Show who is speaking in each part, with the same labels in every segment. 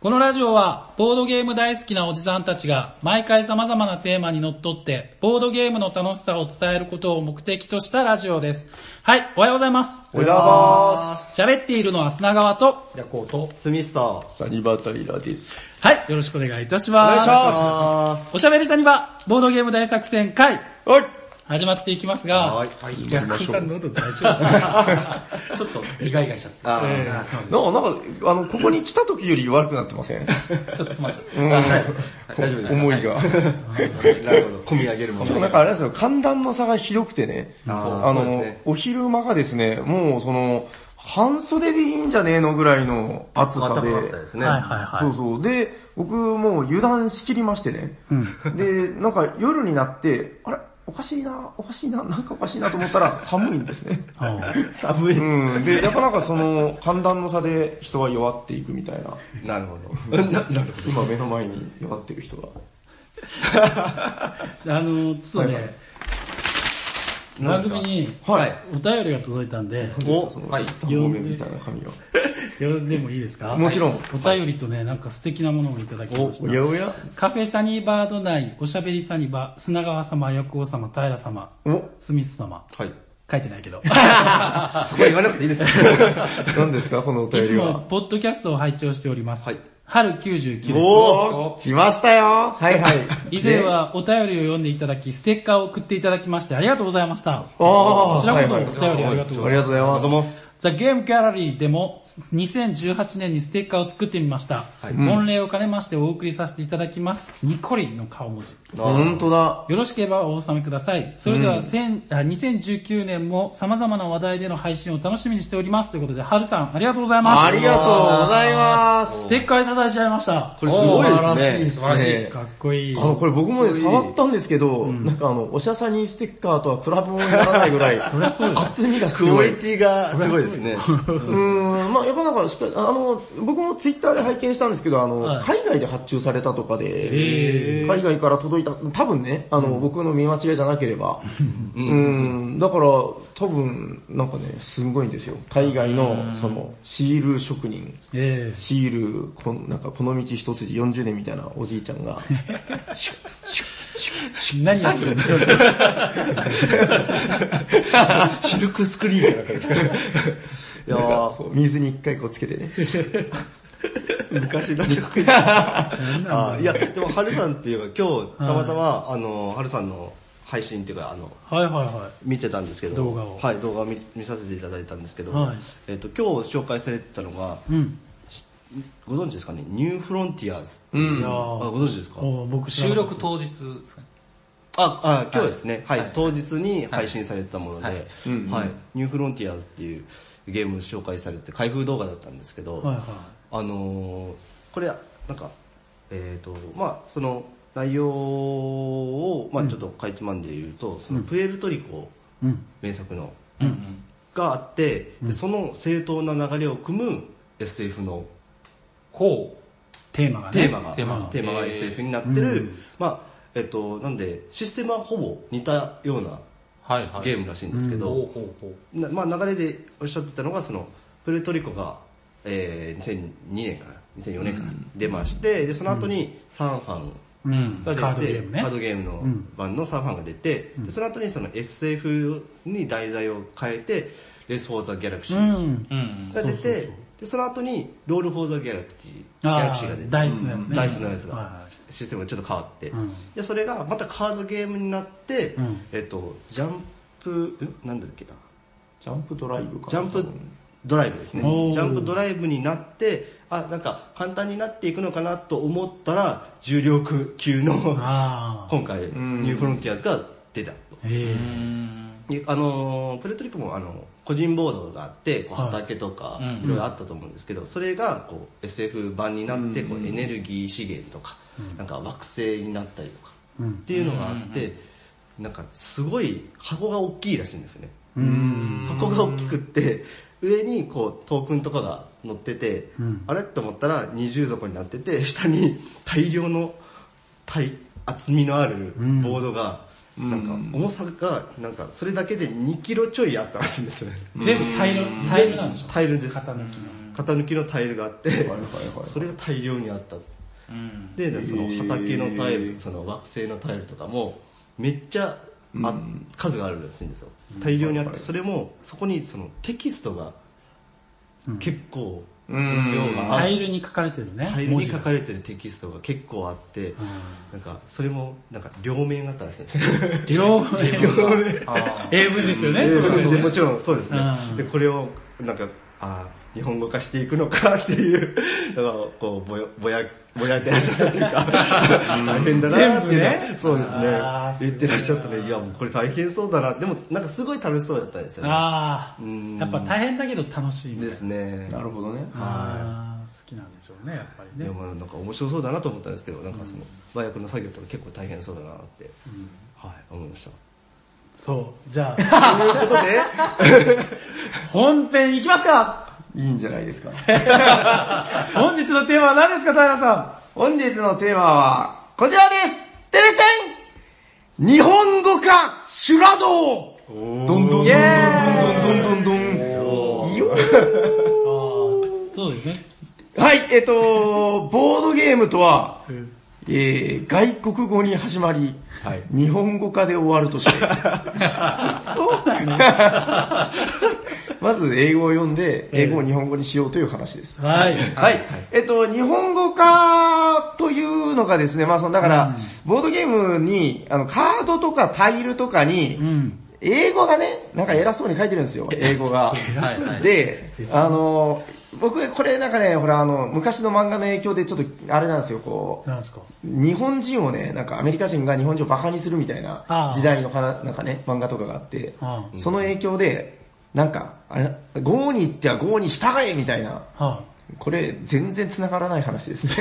Speaker 1: このラジオは、ボードゲーム大好きなおじさんたちが、毎回様々なテーマにのっとって、ボードゲームの楽しさを伝えることを目的としたラジオです。はい、おはようございます。
Speaker 2: おはようございます。
Speaker 1: 喋っているのは砂川と、
Speaker 3: ヤコウと、
Speaker 2: スミスター。お
Speaker 3: サニバタイラです。
Speaker 1: はい、よろしくお願いいたします。
Speaker 2: 願いします。
Speaker 1: おしゃべりさんには、ボードゲーム大作戦会、
Speaker 2: はい。
Speaker 1: 始まっていきますが、
Speaker 2: はい。
Speaker 3: い
Speaker 1: ヤコウさん喉大丈夫
Speaker 3: ちょっと、意外がしちゃった。
Speaker 2: あー
Speaker 3: あーすいま
Speaker 4: ななんか、あの、ここに来た時より悪くなってませ
Speaker 3: せ
Speaker 4: ん
Speaker 3: ん。ちょっと詰まっちゃった。
Speaker 4: うん。
Speaker 2: 大丈夫です
Speaker 4: 思いが。
Speaker 2: なるほど。込み上げるも
Speaker 4: そう
Speaker 2: の
Speaker 4: なんかあれなんですよ、寒暖の差がひどくてね。
Speaker 2: あー
Speaker 4: あ
Speaker 2: そうです
Speaker 4: の
Speaker 2: ね、
Speaker 4: お昼間がですね、もうその、半袖でいいんじゃねえのぐらいの暑
Speaker 2: 暖
Speaker 4: さ
Speaker 2: か
Speaker 4: で。
Speaker 2: かったですね。
Speaker 1: はいはい
Speaker 4: そ
Speaker 1: は
Speaker 4: うそう。で、僕もう油断しきりましてね。で、なんか夜になって、あれおかしいな、おかしいな、なんかおかしいなと思ったら寒いんですね。
Speaker 1: いうん。
Speaker 2: 寒い。
Speaker 4: うん。で、やっぱなんかその、寒暖の差で人は弱っていくみたいな。
Speaker 2: なるほど。な、なる
Speaker 4: 今目の前に弱ってる人が。
Speaker 1: あの、ちょっとね、
Speaker 4: はいはい
Speaker 1: 番組に
Speaker 2: ほど。はい。
Speaker 1: お便りが届いたんで、
Speaker 2: お、
Speaker 4: その、
Speaker 3: はい
Speaker 4: ダンボメみたいな紙を。
Speaker 1: 読んでもいいですか
Speaker 4: もちろん。
Speaker 1: お便りとね、なんか素敵なものをいただきまし
Speaker 4: お
Speaker 1: た。
Speaker 4: やおや
Speaker 1: カフェサニーバード内、おしゃべりサニバ、砂川様、薬王様、平様、
Speaker 4: お
Speaker 1: スミス様。
Speaker 4: はい。
Speaker 1: 書いてない けど。い
Speaker 2: そこは言わなくていいですよ。
Speaker 4: 何ですかこのお便
Speaker 1: つ
Speaker 4: り
Speaker 1: も
Speaker 4: は。、
Speaker 1: ポッドキャストを拝聴しております。
Speaker 2: はい
Speaker 1: 春99です。
Speaker 2: おー、来ましたよ。はいはい。
Speaker 1: 以前はお便りを読んでいただき、ステッカーを送っていただきましてありがとうございました。
Speaker 4: ああ
Speaker 1: こちらこそ
Speaker 4: はいはい
Speaker 1: お便りありがとうございます
Speaker 4: ありがとうございます。
Speaker 1: ザ・ゲームギャラリーでも2018年にステッカーを作ってみました。御礼を兼ねましてお送りさせていただきます。ニコリンの顔文字。
Speaker 4: 本当だ。
Speaker 1: よろしければお納めください。それでは、千あ2019年も様々な話題での配信を楽しみにしております。ということで、ハルさん、ありがとうございます。
Speaker 2: ありがとうございます
Speaker 1: ス。テッカーいただいちゃいました。
Speaker 4: これすごいですね。
Speaker 3: 素晴らしい
Speaker 4: ね
Speaker 1: かっこいい。
Speaker 4: あの、これ僕もね、触ったんですけど、なんかあの、おしゃさにステッカーとは比べ物にならないぐらい、
Speaker 1: りゃそうよ
Speaker 4: 厚みがす
Speaker 2: ク
Speaker 4: ご
Speaker 2: オ
Speaker 4: い。
Speaker 2: リティがすごいですね。
Speaker 4: うーん、まあやっぱなんかしっかり、あの、僕もツイッターで拝見したんですけど、あの、
Speaker 1: はい
Speaker 4: 海外で発注されたとか
Speaker 1: へ
Speaker 4: で、海外から届いた、多分ね、あの、僕の見間違いじゃなければ、うーん、だから、多分、なんかね、すごいんですよ。海外の、その、シール職人。
Speaker 1: ええ
Speaker 4: シール、こんなんかこの道一筋40年みたいなおじいちゃんが、
Speaker 1: 何やってんの
Speaker 3: シルクスクリーンみたいな感 じ
Speaker 2: いや
Speaker 4: なん
Speaker 2: ー
Speaker 4: かこう水に一回こうつけてね。
Speaker 2: 昔の職員。あいや、でも、春さんっていうか、今日、たまたま、あの、春さんの配信っていうか、あの、
Speaker 1: はいはいは
Speaker 2: 見てたんですけど、
Speaker 1: 動画を
Speaker 2: はい、動画を見見させていただいたんですけど、
Speaker 1: はい
Speaker 2: えっ、と、今日紹介されてたのが、
Speaker 1: い。うん。
Speaker 2: ご存知ですかね、ニューフロンティアーズ。
Speaker 1: いやー
Speaker 2: あ、ご存知ですか
Speaker 1: お僕知ら
Speaker 3: 収
Speaker 1: なかった
Speaker 3: 録当日ですかね。
Speaker 2: あ、あ、今日ですね、は
Speaker 3: はい
Speaker 2: い、
Speaker 3: はい
Speaker 2: 当日に配信されてたもので、は
Speaker 3: はいい、
Speaker 2: ニューフロンティアーズっていうゲーム紹介されて、開封動画だったんですけど、
Speaker 1: はいはい
Speaker 2: あのーこれ、なんか、えっ、と、まあその内容を、まあちょっとかいつまんで言うと、そのプエルトリコ
Speaker 1: うん。
Speaker 2: 名作の、があって、でその正当な流れを組む SF の
Speaker 3: ほ
Speaker 1: テーマがね。
Speaker 2: テーマが、
Speaker 3: テーマが
Speaker 2: テーマが
Speaker 3: えー
Speaker 2: SF になってる、まあえっと、なんで、システムはほぼ似たような
Speaker 3: う。はいはい。
Speaker 2: ゲームらしいんですけど、
Speaker 3: ほうほうほう。
Speaker 2: なまあ、流れでおっしゃってたのがそのプエルトリコが、えー2002年かな2004年かな、出ましてでその後にサンファン
Speaker 1: うん。カ
Speaker 2: が出て、
Speaker 1: ードゲームね
Speaker 2: カー。ドゲームの版のサンファンが出て、でその後にその SF に題材を変えてレース・フォー・ザ・ギャラクシ
Speaker 1: う
Speaker 2: ー
Speaker 1: ん。
Speaker 3: うん。
Speaker 2: が出て、
Speaker 1: そうそうそう
Speaker 2: でその後にロール・フォー・ザ・ギャラクティギャラ
Speaker 1: あ
Speaker 2: クシーが出
Speaker 1: あ、
Speaker 2: て
Speaker 1: ダイスのやつね。
Speaker 2: ダイスのやつ
Speaker 1: はい
Speaker 2: が
Speaker 1: は、い
Speaker 2: システムがちょっと変わって、
Speaker 1: うん
Speaker 2: でそれがまたカードゲームになって、
Speaker 1: ん
Speaker 2: えっと、ジャンプ、んなんだっけな、
Speaker 4: ジャンプドライブかな。
Speaker 2: ジャンプドライブですね。
Speaker 1: おー
Speaker 2: ジャンプドライブになって、あ、なんか簡単になっていくのかなと思ったら、重量級の
Speaker 1: ああ。
Speaker 2: 今回、ニューフロンティアーズが出たと。
Speaker 1: ええ
Speaker 3: うん。
Speaker 2: であのープレトリコもあの個人ボードがあってこう
Speaker 1: はい
Speaker 2: 畑とか
Speaker 3: うん
Speaker 2: いろいろあったと思うんですけどそれがこう SF 版になってこうエネルギー資源とかなんか惑星になったりとか
Speaker 1: うん
Speaker 2: っていうのがあってなんかすごい箱が大きいらしいんですよね箱が大きくって上にこうトークンとかが載ってて
Speaker 1: うん
Speaker 2: あれと思ったら二重底になってて下に大量の大厚みのあるボードがなんか重さがなんかそれだけで2キロちょいあったらしいんですよね
Speaker 1: 全部タイル、タイルなんでしょ
Speaker 2: タイルです
Speaker 1: 型抜きの。
Speaker 2: 型抜きのタイルがあって、
Speaker 4: はいはいはい
Speaker 2: それが大量にあった。
Speaker 3: うん。
Speaker 2: で、その畑のタイルとか、その惑星のタイルとかも、めっちゃあ、数があるらしいんですよ。大量にあって、それも、そこにそのテキストが結構、
Speaker 4: うん
Speaker 2: 量があ
Speaker 1: タ
Speaker 2: る
Speaker 1: イルに書かれてるね。
Speaker 2: タイル
Speaker 1: 文
Speaker 2: に
Speaker 1: 字
Speaker 2: 書
Speaker 1: が
Speaker 2: かれてるテキストが結構あって、なんか、それも、なんか、両面あったらしいんですよ。
Speaker 1: 両方
Speaker 3: あ
Speaker 1: 英文ですよね。
Speaker 2: 英文でもちろんそうですね
Speaker 1: うん。
Speaker 2: で、これを、なんか、あー日本語化していくのかっていう、 あのこう、ぼや、ぼや、ぼやってらっしゃったというか、大変だなっていうのは
Speaker 1: 全部ね
Speaker 2: そうです
Speaker 1: あー
Speaker 2: ね。言ってらっしゃったね。いや、もうこれ大変そうだな。でも、なんかすごい楽しそうだったんですよね。
Speaker 1: ああ
Speaker 2: うん、
Speaker 1: やっぱ大変だけど楽しいみたいな
Speaker 2: ですね。
Speaker 4: なるほどね。
Speaker 1: あー好きなんでしょうね、やっぱ
Speaker 2: い
Speaker 1: り
Speaker 2: や、
Speaker 1: ね。
Speaker 2: まあなんか面白そうだなと思ったんですけど、なんかその、和訳の作業とか結構大変そうだなって、はい、思いました。
Speaker 1: そう。じゃあ、
Speaker 2: ということで、
Speaker 1: 本編いきますか
Speaker 4: いいんじゃないですか。
Speaker 1: 本日のテーマは何ですか、平さ
Speaker 4: 本日のテーマは、こちらですてれてん日本語化修羅道どんどんどんどんどんどんどんどんどん。いいよ
Speaker 1: ん。そうですね。
Speaker 4: はい、えっと、ボードゲームとは、えー、外国語に始まり、
Speaker 2: はい
Speaker 4: 日本語化で終わる として、
Speaker 1: そうだね。
Speaker 4: まず英語を読んで、英語を日本語にしようという話です。
Speaker 1: はい。
Speaker 4: はい。えっと、日本語化というのがですね、まあその、だから、ボードゲームに、あの、カードとかタイルとかに、
Speaker 1: うん。
Speaker 4: 英語がね、なんか偉そうに書いてるんですよ、英 語が。
Speaker 3: はいはい
Speaker 4: で、あの、僕、これなんかね、ほら、あの、昔の漫画の影響でちょっと、あれなんですよ、こう、
Speaker 1: なんですか
Speaker 4: 日本人をね、なんかアメリカ人が日本人をバカにするみたい
Speaker 1: あ
Speaker 4: な
Speaker 1: あ
Speaker 4: 時代のかななんかね、漫画とかがあって
Speaker 1: あ、あ
Speaker 4: その影響で、なんか、あれ、郷に行っては郷に従えみたいな、
Speaker 1: は
Speaker 4: これ全然繋がらない話です ね。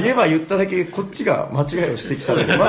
Speaker 4: 言えば言っただけこっちが間違いを指摘される。まあまあ、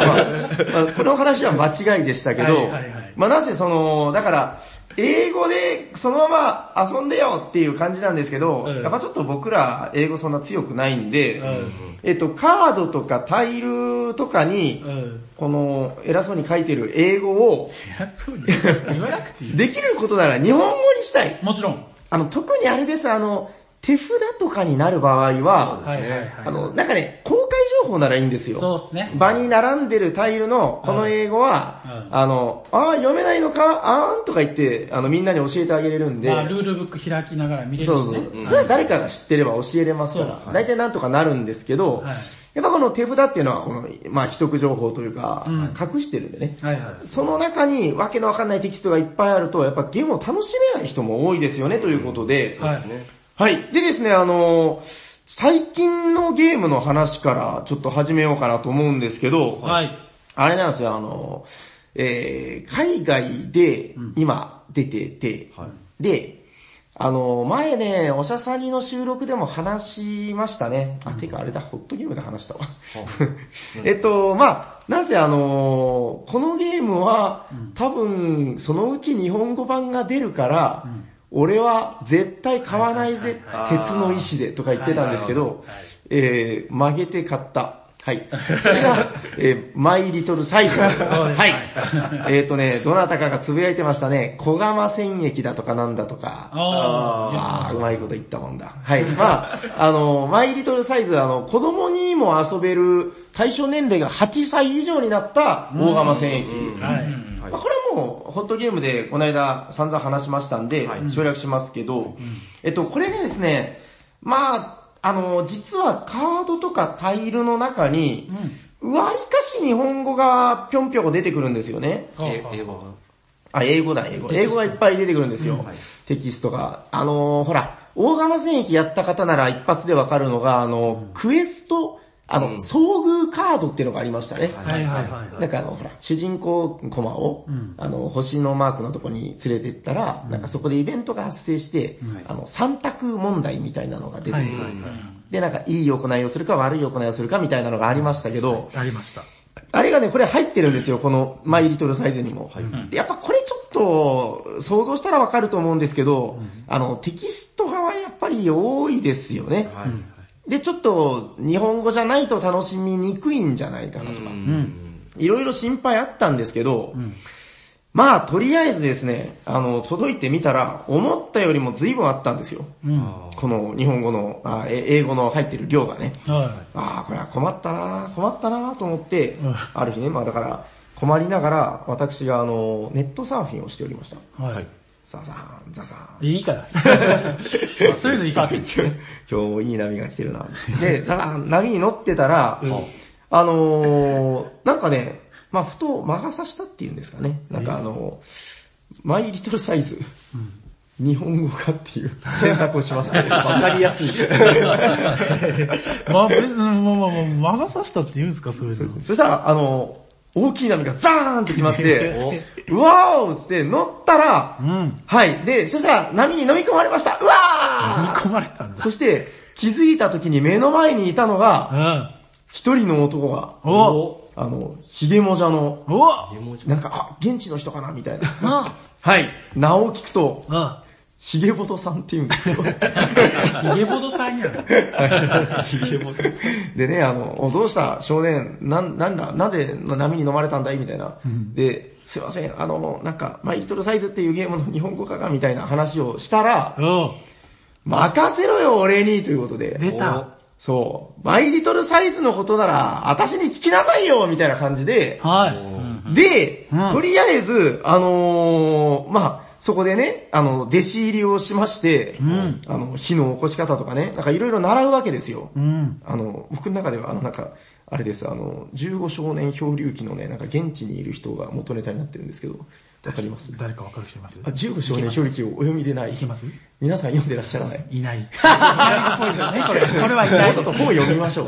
Speaker 4: まあこの話は間違いでしたけど、
Speaker 1: はいはいはい
Speaker 4: まあなぜその、だから、英語でそのまま遊んでよっていう感じなんですけど、
Speaker 1: うん
Speaker 4: やっぱちょっと僕ら英語そんな強くないんで、
Speaker 1: うん
Speaker 4: えっと、カードとかタイルとか
Speaker 1: い。
Speaker 4: に、
Speaker 1: うん。
Speaker 4: この偉そうに書いてる英語を、
Speaker 1: 偉そうに言わなくていい。
Speaker 4: できることなら日本語にしたい。
Speaker 1: もちろん。
Speaker 4: あの、特にあれです、あの、手札とかになる場合は、
Speaker 1: はいはいはい。
Speaker 4: あの、なんかね、公開情報ならいいんですよ。
Speaker 1: そうですね。
Speaker 4: 場に並んでるタイルの、この英語は、
Speaker 1: うんうん
Speaker 4: あの、あー読めないのか、あーんとか言って、あの、みんなに教えてあげれるんで、
Speaker 1: まあ、ルールブック開きながら見れるし
Speaker 4: そうそう、
Speaker 1: ね。
Speaker 4: それは誰かが知ってれば教えれますか
Speaker 1: そう
Speaker 4: ら
Speaker 1: で、
Speaker 4: 大体なんとかなるんですけど、
Speaker 1: はい
Speaker 4: やっぱこの手札っていうのは、この、まあ、秘匿情報というか、隠してるんでね。
Speaker 1: はいはい。
Speaker 4: その中にわけのわかんないテキストがいっぱいあると、やっぱゲームを楽しめない人も多いですよね、ということで、
Speaker 1: はい。
Speaker 4: はい。でですね、あのー最近のゲームの話からちょっと始めようかなと思うんですけど、
Speaker 1: はい。
Speaker 4: あれなんですよ、あのーえー海外で今出てて、で、あのー前ね、おしゃさにの収録でも話しましたね。あ、てかあれだ、ホットゲームで話した わ。えっと、まあ、なぜあのーこのゲームは、多分、そのうち日本語版が出るから、俺は絶対買わないぜ、
Speaker 2: はいはい
Speaker 4: 鉄の意志でとか言ってたんですけど
Speaker 1: はい、
Speaker 4: えー、曲げて買った。はい。それが、 えー、マイリトルサイズ。はい。えっとね、どなたかがつぶやいてましたね、小釜戦役だとかなんだとか。
Speaker 1: あ
Speaker 4: ああ、うまいこと言ったもんだ。はい。まあ、あの、マイリトルサイズ、あの、子供にも遊べる対象年齢が8歳以上になった大釜戦役。
Speaker 1: あ。はい。
Speaker 4: まあ、これはもう、ホットゲームでこの間散々話しましたんで、省略しますけど、えっと、これがですね、まあ、あの、実はカードとかタイルの中に、割かし日本語がぴょんぴょん出てくるんですよね。
Speaker 2: え英語が。
Speaker 4: あ、英語だ、英語。英語がいっぱい出てくるんですよ。テキストが。あのー、ほら、大釜戦役やった方なら一発でわかるのが、あの、クエスト、あの、遭遇カードっていうのがありましたね。
Speaker 1: はいはいはい。
Speaker 4: なんかあの、ほら、主人公コマを、あの、星のマークのとこに連れてったら、なんかそこでイベントが発生して、あの、三択問題みたいなのが出てくる。で、なんかいい行いをするか悪い行いをするかみたいなのがありましたけど、
Speaker 1: ありました。
Speaker 4: あれがね、これ入ってるんですよ、このマイリトルサイズにも。でやっぱこれちょっと想像したらわかると思うんですけど、あの、テキスト派はやっぱり多いですよね。
Speaker 2: はい。
Speaker 4: で、ちょっと日本語じゃないと楽しみにくいんじゃないかなとか、いろいろ心配あったんですけど、まあ、とりあえずですね、あの、届いてみたら、思ったよりも随分あったんですよ。
Speaker 1: うん。
Speaker 4: この日本語の、あえ英語の入ってる量がね。
Speaker 1: は
Speaker 4: ああ、これは困ったな困ったなと思って
Speaker 1: うん、
Speaker 4: ある日ね、まあだから、困りながら、私があの、ネットサーフィンをしておりました。
Speaker 1: い。は
Speaker 4: ザザーン、ザザーン。
Speaker 1: い。いいから。 そういうのいいから。
Speaker 4: 今日いい波が来てるな。で、ザザーン、波に乗ってたら、あのー、なんかね、まあふと魔が差したっていうんですかね。なんかあのマイリトルサイズ。日本語化っていう検索をしました。わかりやすい。
Speaker 1: まあ、べうんもう、もう、もう、魔が差したって言うんですか、そういうの。
Speaker 4: そしたら、あの、大きい波がザーンってき まして、うわーおっつって乗ったら、
Speaker 1: うん。
Speaker 4: はい。で、そしたら波に飲み込まれました。うわ
Speaker 1: 飲み
Speaker 4: ー
Speaker 1: 込まれたんだ。
Speaker 4: そして、気づいた時に目の前にいたの
Speaker 1: う
Speaker 4: が、
Speaker 1: ん。
Speaker 4: 一人の男が、
Speaker 1: お
Speaker 4: あの、ヒゲもじゃの、
Speaker 1: おお
Speaker 4: なんか、あ、現地の人かなみたいな。
Speaker 1: あ
Speaker 4: はい。名を聞くと、
Speaker 1: あ
Speaker 4: ヒゲボトさんって言うんで すよ。
Speaker 1: ヒゲボドさんやん。
Speaker 4: でね、あの、おどうした少年、なん、なんだ、なぜ波に飲まれたんだいみたいな。で、すいません、あの、なんか、マイリトルサイズっていうゲームの日本語化がみたいな話をしたら、
Speaker 1: お
Speaker 4: 任せろよ、俺にということ
Speaker 1: 出
Speaker 4: で。
Speaker 1: た。
Speaker 4: そう、マイリトルサイズのことなら、私に聞きなさいよみたいな感じで、
Speaker 1: はい。
Speaker 4: で
Speaker 1: うん、
Speaker 4: とりあえず、あのーまあ、そこでね、あの、弟子入りをしまして、
Speaker 1: ん
Speaker 4: あの、火の起こし方とかね、なんかいろいろ習うわけですよ。
Speaker 1: うん。
Speaker 4: あの、僕の中では、あの、なんか、あれです、あの、15少年漂流記のね、なんか現地にいる人が元ネタになってるんですけど、わかります
Speaker 1: 誰かわかる人います
Speaker 4: あ、15少年漂流記をお読みでない
Speaker 1: い。けます
Speaker 4: 皆さん読んでらっしゃらない。
Speaker 1: いない。いないっぽいよね、これ。これはいな
Speaker 4: も
Speaker 1: いう
Speaker 4: ちょっと本読みま しょう。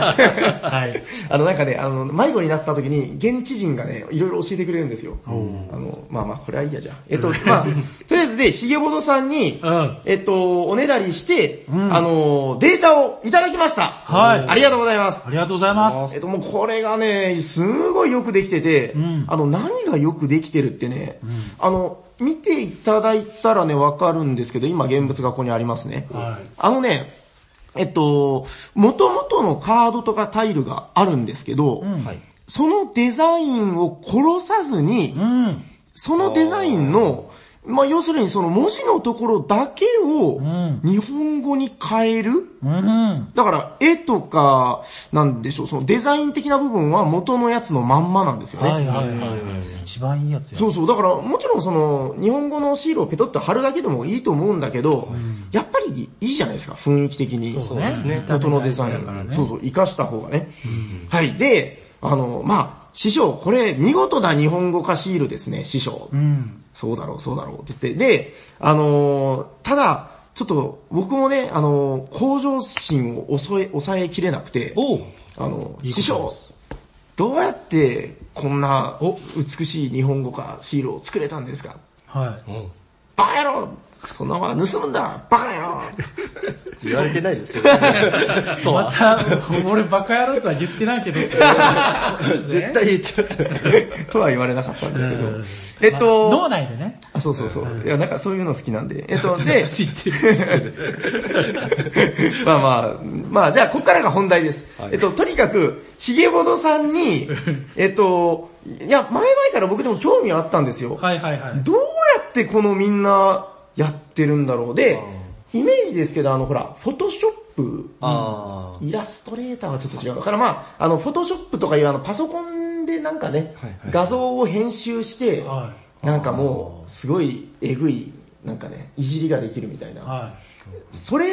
Speaker 4: あ
Speaker 1: はい。
Speaker 4: の、なんかね、あの、迷子になった時に、現地人がね、いろいろ教えてくれるんですよ。あの、まあまあ、これはいいやじゃん。えっと、まあ、とりあえずで、ヒゲボドさんに
Speaker 1: うん、
Speaker 4: えっと、おねだりして、
Speaker 1: ん
Speaker 4: あの、データをいただきました。
Speaker 1: はい
Speaker 4: ありがとうございます
Speaker 1: あ。りがとうございます。
Speaker 4: えっと、もうこれがね、すごいよくできてて、
Speaker 1: ん
Speaker 4: あの、何がよくできてるってね、あの、見ていただいたらね、わかるんですけど、今現物がここにありますね。
Speaker 1: はい
Speaker 4: あのね、えっと、元々のカードとかタイルがあるんですけど、
Speaker 1: ん
Speaker 4: そのデザインを殺さずに、
Speaker 1: うん。
Speaker 4: そのデザインの、まあ、要するにその文字のところだけを
Speaker 1: ん
Speaker 4: 日本語に変える、
Speaker 1: うん。
Speaker 4: だから、絵とか、なんでしょう、そのデザイン的な部分は元のやつのまんまなんですよね。
Speaker 1: はいはいはい。一番いいやつや。
Speaker 4: そうそう、だからもちろんその、日本語のシールをペトッと貼るだけでもいいと思うんだけど、やっぱりいいじゃないですか、雰囲気的に。
Speaker 1: そうですね
Speaker 4: 元のデザ
Speaker 1: 見
Speaker 4: イ
Speaker 1: た目が大事だから
Speaker 4: ン。
Speaker 1: ね
Speaker 4: そうそう、活かした方がね。はい、で、あの、まあ、師匠、これ見事な日本語化シールですね、師匠。
Speaker 1: うん。
Speaker 4: そうだろう、そうだろうって言って、で、あのーただ、ちょっと僕もね、あのー向上心を抑え、抑えきれなくて、
Speaker 1: おう
Speaker 4: あ
Speaker 1: い
Speaker 4: の、
Speaker 1: いことです
Speaker 4: 師匠、どうやってこんな
Speaker 1: お
Speaker 4: 美しい日本語かシールを作れたんですか
Speaker 1: はい。
Speaker 4: バカ野郎そんなものは盗むんだバカ野郎
Speaker 2: 言われてないですよ。絶
Speaker 1: また、俺バカ野郎とは言ってないけ ど。絶
Speaker 2: 対言っちゃう。
Speaker 4: とは言われなかったんですけ
Speaker 1: うん
Speaker 4: ど。えっと、
Speaker 1: 脳内でね。
Speaker 4: あ、そうそうそう。いや、なんかそういうの好きなんで。えっと、で、
Speaker 1: 知ってる。
Speaker 4: まあまあ、まあじゃあ、ここからが本題です。えっと、とにかく、ヒゲボドさんに、えっと、いや、前々から僕でも興味はあったんですよ。
Speaker 1: はいはいはい。
Speaker 4: どうやってこのみんなやってるんだろう。で、イメージですけど、あの、ほら、フォトショップ、
Speaker 2: あ
Speaker 4: イラストレーターはちょっと違う。だからまあ、あの、フォトショップとかいうあの、パソコンでなんかね、画像を編集して、
Speaker 1: は
Speaker 4: なんかもう、すごい、えぐい、なんかね、いじりができるみたい
Speaker 1: い。
Speaker 4: な。
Speaker 1: は
Speaker 4: それ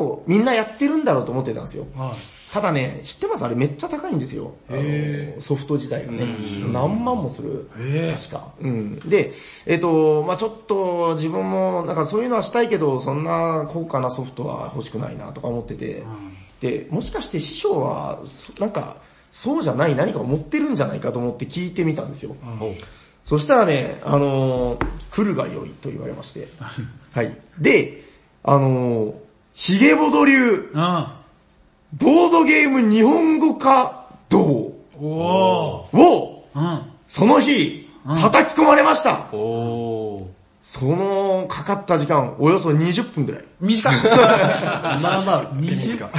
Speaker 4: をみんなやってるんだろうと思ってたんですよ。
Speaker 1: い。はい。
Speaker 4: ただね、知ってますあれめっちゃ高いんですよ。あのソフト自体がね。何万もする
Speaker 1: へ。ー
Speaker 4: 確か。うん。で、えっ、と、まあちょっと自分もなんかそういうのはしたいけど、そんな高価なソフトは欲しくないなとか思ってて。で、もしかして師匠は、そなんか、そうじゃない何かを持ってるんじゃないかと思って聞いてみたんですよ。そしたらね、あのー来るが良いと言われ まして。はい。で、あのーヒゲボド流。
Speaker 1: う
Speaker 4: ボードゲーム日本語化道
Speaker 1: ん。おー。
Speaker 4: を、
Speaker 1: うん。
Speaker 4: その日、叩き込まれました。
Speaker 2: あ。おー。
Speaker 4: その、かかった時間、およそ20分くらい。
Speaker 1: 短 い。
Speaker 2: まあまあ、
Speaker 1: 短
Speaker 2: 短
Speaker 1: い
Speaker 2: い。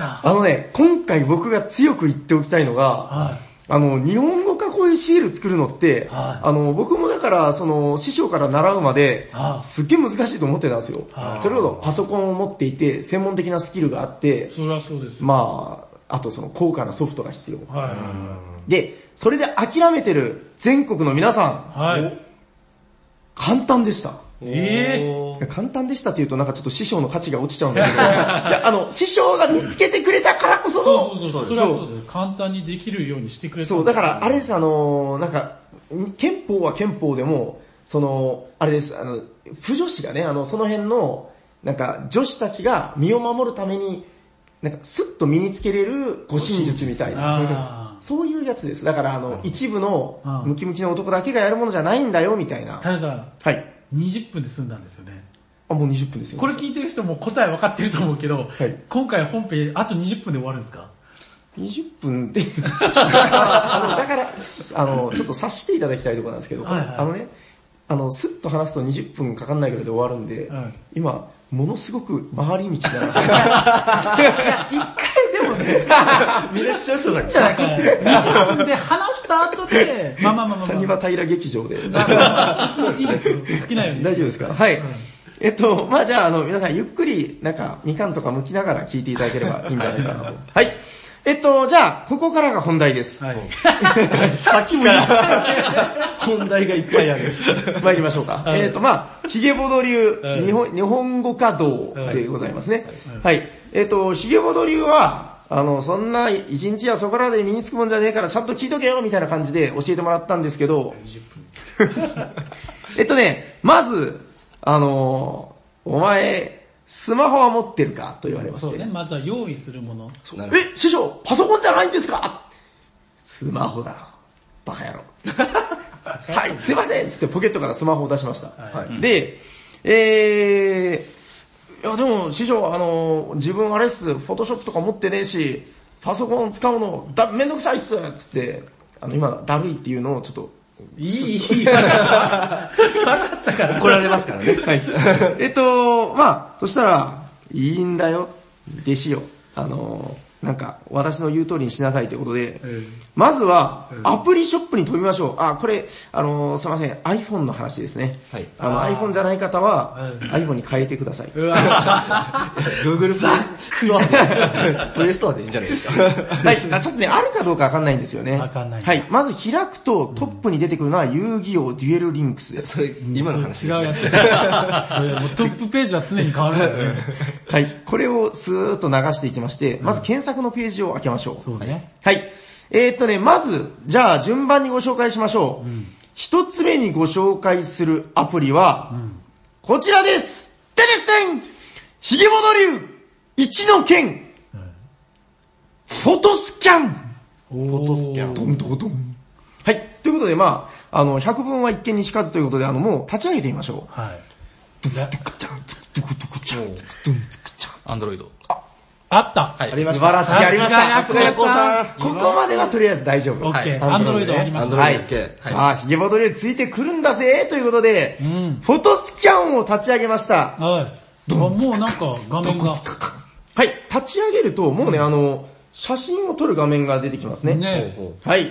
Speaker 4: あのね、今回僕が強く言っておきたいのが、
Speaker 1: は
Speaker 4: あの、日本語化ここういうシール作るのって、
Speaker 1: は
Speaker 4: あの、僕もだから、その、師匠から習うまで
Speaker 1: は、い
Speaker 4: すっげえ難しいと思ってたんですよ。それほどパソコンを持っていて、専門的なスキルがあって、
Speaker 1: それはそうです。
Speaker 4: まあ、あとその高価なソフトが必要。
Speaker 1: は
Speaker 4: で、それで諦めてる全国の皆さん、
Speaker 1: い。はい。
Speaker 4: 簡単でした。
Speaker 1: え
Speaker 2: おー
Speaker 4: 簡単でしたって言うとなんかちょっと師匠の価値が落ちちゃうんだけど、いやあの、師匠が見つけてくれたからこそ
Speaker 1: そ
Speaker 4: の
Speaker 1: うそうそう。それはそうです。簡単にできるようにしてくれた。
Speaker 4: そう、だから、あれです、あのー、なんか、憲法は憲法でも、その、あれです、あの、不女子がね、あの、その辺の、なんか、女子たちが身を守るために、なんか、スッと身につけれる護身術みたい
Speaker 1: あ
Speaker 4: な。そういうやつです。だから、あの、一部の
Speaker 1: うん
Speaker 4: ムキムキの男だけがやるものじゃないんだよ、みたいな。
Speaker 1: タイさん、
Speaker 4: はい。
Speaker 1: 20分で済んだんですよね。
Speaker 4: あ、もう20分ですよ。
Speaker 1: これ聞いてる人も答え分かってると思うけど、
Speaker 4: はい
Speaker 1: 今回本編あと20分で終わるんですか
Speaker 4: 20分で あの、だから、あの、ちょっと察していただきたいところなんですけど、
Speaker 1: はいはい
Speaker 4: あのね、あの、スッと話すと20分かかんないぐらいで終わるんで、
Speaker 1: はい
Speaker 4: 今、ものすごく回り道だな。
Speaker 2: みんな視聴者だ
Speaker 4: じゃなくて、
Speaker 1: ?20 分で話した後で、まあまあまあまあ、
Speaker 4: サニ
Speaker 1: ま
Speaker 4: バ平劇場で。
Speaker 1: あ、普通にいいですよ。好きなように。
Speaker 4: 大丈夫ですかはい。えっと、まあじゃあ、あの、皆さんゆっくり、なんか、みかんとか剥きながら聞いていただければいいんじゃないかなと。はい。えっと、じゃあ、ここからが本題です。
Speaker 1: はい。
Speaker 2: さっきも言った本題がいっぱいある。
Speaker 4: 参りましょうか。
Speaker 1: はい
Speaker 4: えっ、と、まあヒゲボド流
Speaker 1: はい、
Speaker 4: 日本、日本語稼働でございますね。はい。えっ、と、ヒゲボド流は、あの、そんな一日やそこらで身につくもんじゃねえからちゃんと聞いとけよみたいな感じで教えてもらったんですけど、えっとね、まず、あのーお前、スマホは持ってるかと言われまし
Speaker 1: そう
Speaker 4: て、
Speaker 1: ね、まずは用意するもの。
Speaker 2: なる
Speaker 4: え、師匠、パソコンじゃないんですかスマホだ。バカ野 郎。はい、すいませんっつってポケットからスマホを出しました。
Speaker 1: は
Speaker 4: で、えー、いやでも師匠、あの、自分あれっす、フォトショップとか持ってねえし、パソコン使うのだ、めんどくさいっすっつって、あの今、だるいっていうのをちょっと、
Speaker 1: いい、いい。
Speaker 2: ほど怒られますからね。
Speaker 4: はい。えっと、まあ、そしたら、いいんだよ、弟子よ。あの、なんか、私の言う通りにしなさいということで、まずは、アプリショップに飛びましょう。あ、これ、あの、すいません、iPhone の話ですね。
Speaker 2: はい
Speaker 4: あの、iPhone じゃない方は、iPhone に変えてください。
Speaker 1: うわ
Speaker 2: Google プレイストアで、プレイストアでいいんじゃないですか。
Speaker 4: はい、あちょっとね、あるかどうかわかんないんですよね。
Speaker 1: わかんない
Speaker 4: はい、まず開くとトップに出てくるのは遊戯王デュエルリンクスです。
Speaker 2: それ、今の話
Speaker 1: 違う
Speaker 2: です
Speaker 1: や
Speaker 2: ね。
Speaker 1: つ。もうトップページは常に変わるからね。
Speaker 4: はい、これをスーッと流していきまして、まず検索のページを開けましょう。
Speaker 1: そうね。
Speaker 4: はい。えーっとね、まず、じゃあ順番にご紹介しましょう。一つ目にご紹介するアプリは、こちらですテレステンヒゲボド流一の剣フォトスキャン
Speaker 1: フォトスキャン。
Speaker 4: ドンドコドン。はい。ということで、まああの、百分は一見にしかずということで、あの、もう立ち上げてみましょう。
Speaker 1: はい。
Speaker 5: アンドロイド。
Speaker 1: あった
Speaker 5: はい。
Speaker 4: 素晴らしい。
Speaker 1: さすが
Speaker 4: ありました。
Speaker 1: ヤコさん
Speaker 4: ここまではとりあえず大丈夫。
Speaker 1: オッケー。アンドロイドありま
Speaker 2: ア
Speaker 1: し
Speaker 2: ン
Speaker 1: た
Speaker 2: ド。
Speaker 4: は
Speaker 2: ロ
Speaker 4: い
Speaker 2: イド OK。
Speaker 4: さあ、ヒゲボドルついてくるんだぜということで、フォトスキャンを立ち上げました。
Speaker 1: はい。あもうなんか画面が。
Speaker 4: はい、立ち上げると、もうね、あの、写真を撮る画面が出てきますね。
Speaker 1: ね
Speaker 2: ほうほ
Speaker 4: はい。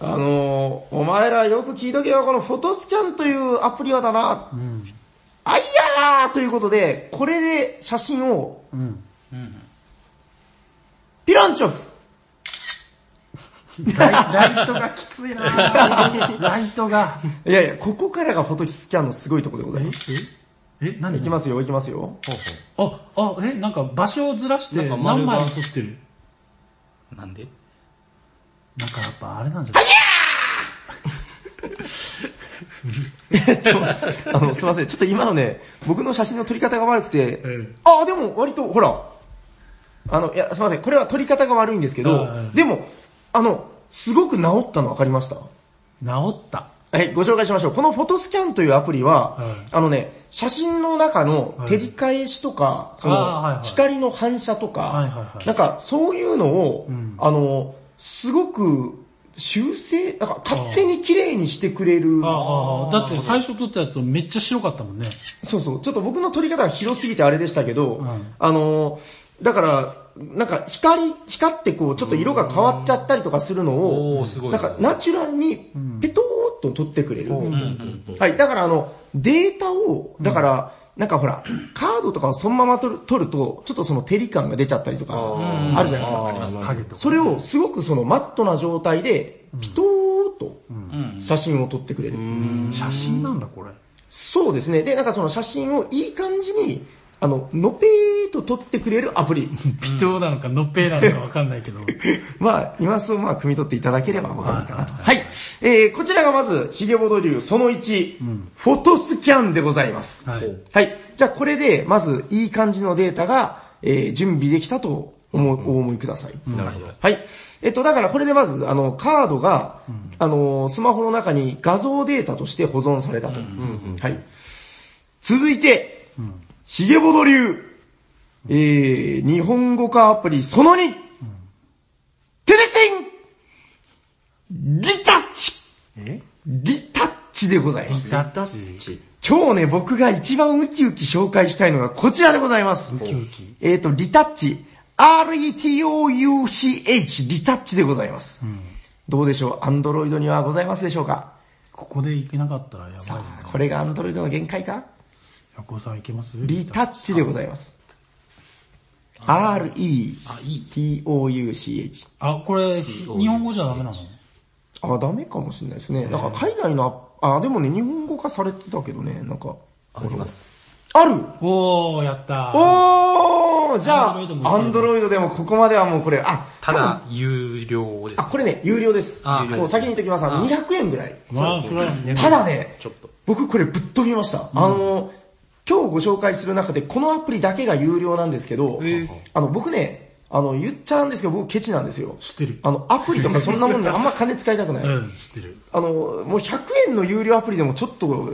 Speaker 4: あのーお前らよく聞いとけよ、このフォトスキャンというアプリはだな。あいやーということで、これで写真を、ピランチョフ
Speaker 1: ライライトがきついなライトが。
Speaker 4: いやいや、ここからがフォトスキャンのすごいところでございます。
Speaker 1: ええ何
Speaker 4: いきますよ、いきますよ。
Speaker 1: あ、あ、え、なんか場所をずらして
Speaker 2: なんか
Speaker 1: 何枚
Speaker 2: 丸が
Speaker 1: も撮ってる。
Speaker 5: なんで
Speaker 1: なんかやっぱあれなんじゃない
Speaker 4: あの、すいません、ちょっと今のね、僕の写真の撮り方が悪くて、
Speaker 1: うん
Speaker 4: あ、でも割と、ほら、あの、いや、すいません、これは撮り方が悪いんですけど
Speaker 1: うんう、ん
Speaker 4: でも、あの、すごく治ったの分かりました
Speaker 1: 治った。
Speaker 4: はい、ご紹介しましょう。このフォトスキャンというアプリは、
Speaker 1: はい
Speaker 4: あのね、写真の中の
Speaker 1: はい
Speaker 4: 照り返しとか、そ
Speaker 1: あーはい
Speaker 4: の、
Speaker 1: はい
Speaker 4: 光の反射とか、
Speaker 1: はいはいはい
Speaker 4: なんかそういうのを、
Speaker 1: ん
Speaker 4: あの、すごく修正、なんか勝手に綺麗にしてくれる。
Speaker 1: あああ、だって最初撮ったやつめっちゃ白かったもんね。
Speaker 4: そうそう、ちょっと僕の撮り方が広すぎてあれでしたけど、
Speaker 1: ん
Speaker 4: あの、だから、なんか光、光ってこう、ちょっと色が変わっちゃったりとかするの
Speaker 5: お
Speaker 4: を
Speaker 5: ーすご、い
Speaker 4: なんかナチュラルにペトーっと取ってくれる。はい、だからあの、データを、だから、なんかほら、カードとかをそのまま取る取ると、ちょっとその照り感が出ちゃったりとか、あるじゃないですか。
Speaker 6: 影とか。
Speaker 4: それをすごくそのマットな状態で、ピトーっと写真を撮ってくれる。
Speaker 6: 写真なんだ、これ。
Speaker 4: そうですね。で、なんかその写真をいい感じに、あの、のぺーっと撮ってくれるア プリ。
Speaker 6: ピトーなのか、のっぺーなのかわかんない けど。
Speaker 4: まあ、今すぐまあ、汲み取っていただければわかるかなと。はい。えー、こちらがまず、ヒゲボド流その1、フォトスキャンでございます。
Speaker 6: はい。
Speaker 4: はい。じゃあ、これで、まず、いい感じのデータが、えー、準備できたと思う、お思いください。
Speaker 2: なるほど。
Speaker 4: はい。えっと、だからこれでまず、あの、カードが、あの、スマホの中に画像データとして保存されたと。はい。続いて、ヒゲボド流、えー、日本語化アプリその2、テレセンリタッチ
Speaker 6: え
Speaker 4: リタッチでございます。
Speaker 6: タッチ。
Speaker 4: 今日ね、僕が一番ウキウキ紹介したいのがこちらでございます。えっ、と、リタッチ。RETOUCH、リタッチでございます。どうでしょうアンドロイドにはございますでしょうか
Speaker 6: ここで行けなかったらやばい
Speaker 4: さ
Speaker 6: よ。
Speaker 4: あ、これがアンドロイドの限界か
Speaker 6: ヤコウさん行けます
Speaker 4: リタッチでございます。RETOUCH。
Speaker 6: あ、これ、日本語じゃダメなの
Speaker 4: あ、ダメかもしれないですね。なんか海外のア、あ、でもね、日本語化されてたけどね、なんか。あります。ある
Speaker 6: おー、やったー。
Speaker 4: おーじゃあ、ア
Speaker 6: ア
Speaker 4: ン
Speaker 6: ン
Speaker 4: ド
Speaker 6: ド
Speaker 4: ロイドでもここまではもうこれ、あ、
Speaker 5: ただ、有料です
Speaker 4: あ、。これね、有料です。
Speaker 5: あ
Speaker 4: もう先に言っときます。あの、200円ぐらい。
Speaker 6: わー、すごい。
Speaker 4: ただね
Speaker 2: ちょっと、
Speaker 4: 僕これぶっ飛びました。あの、今日ご紹介する中でこのアプリだけが有料なんですけど、あの、僕ね、あの、言っちゃうんですけど、僕ケチなんですよ。
Speaker 6: 知ってる
Speaker 4: あの、アプリとかそんなもんであんま金使いたくない。
Speaker 6: うん、知ってる。
Speaker 4: あの、もう100円の有料アプリでもちょっと、こう、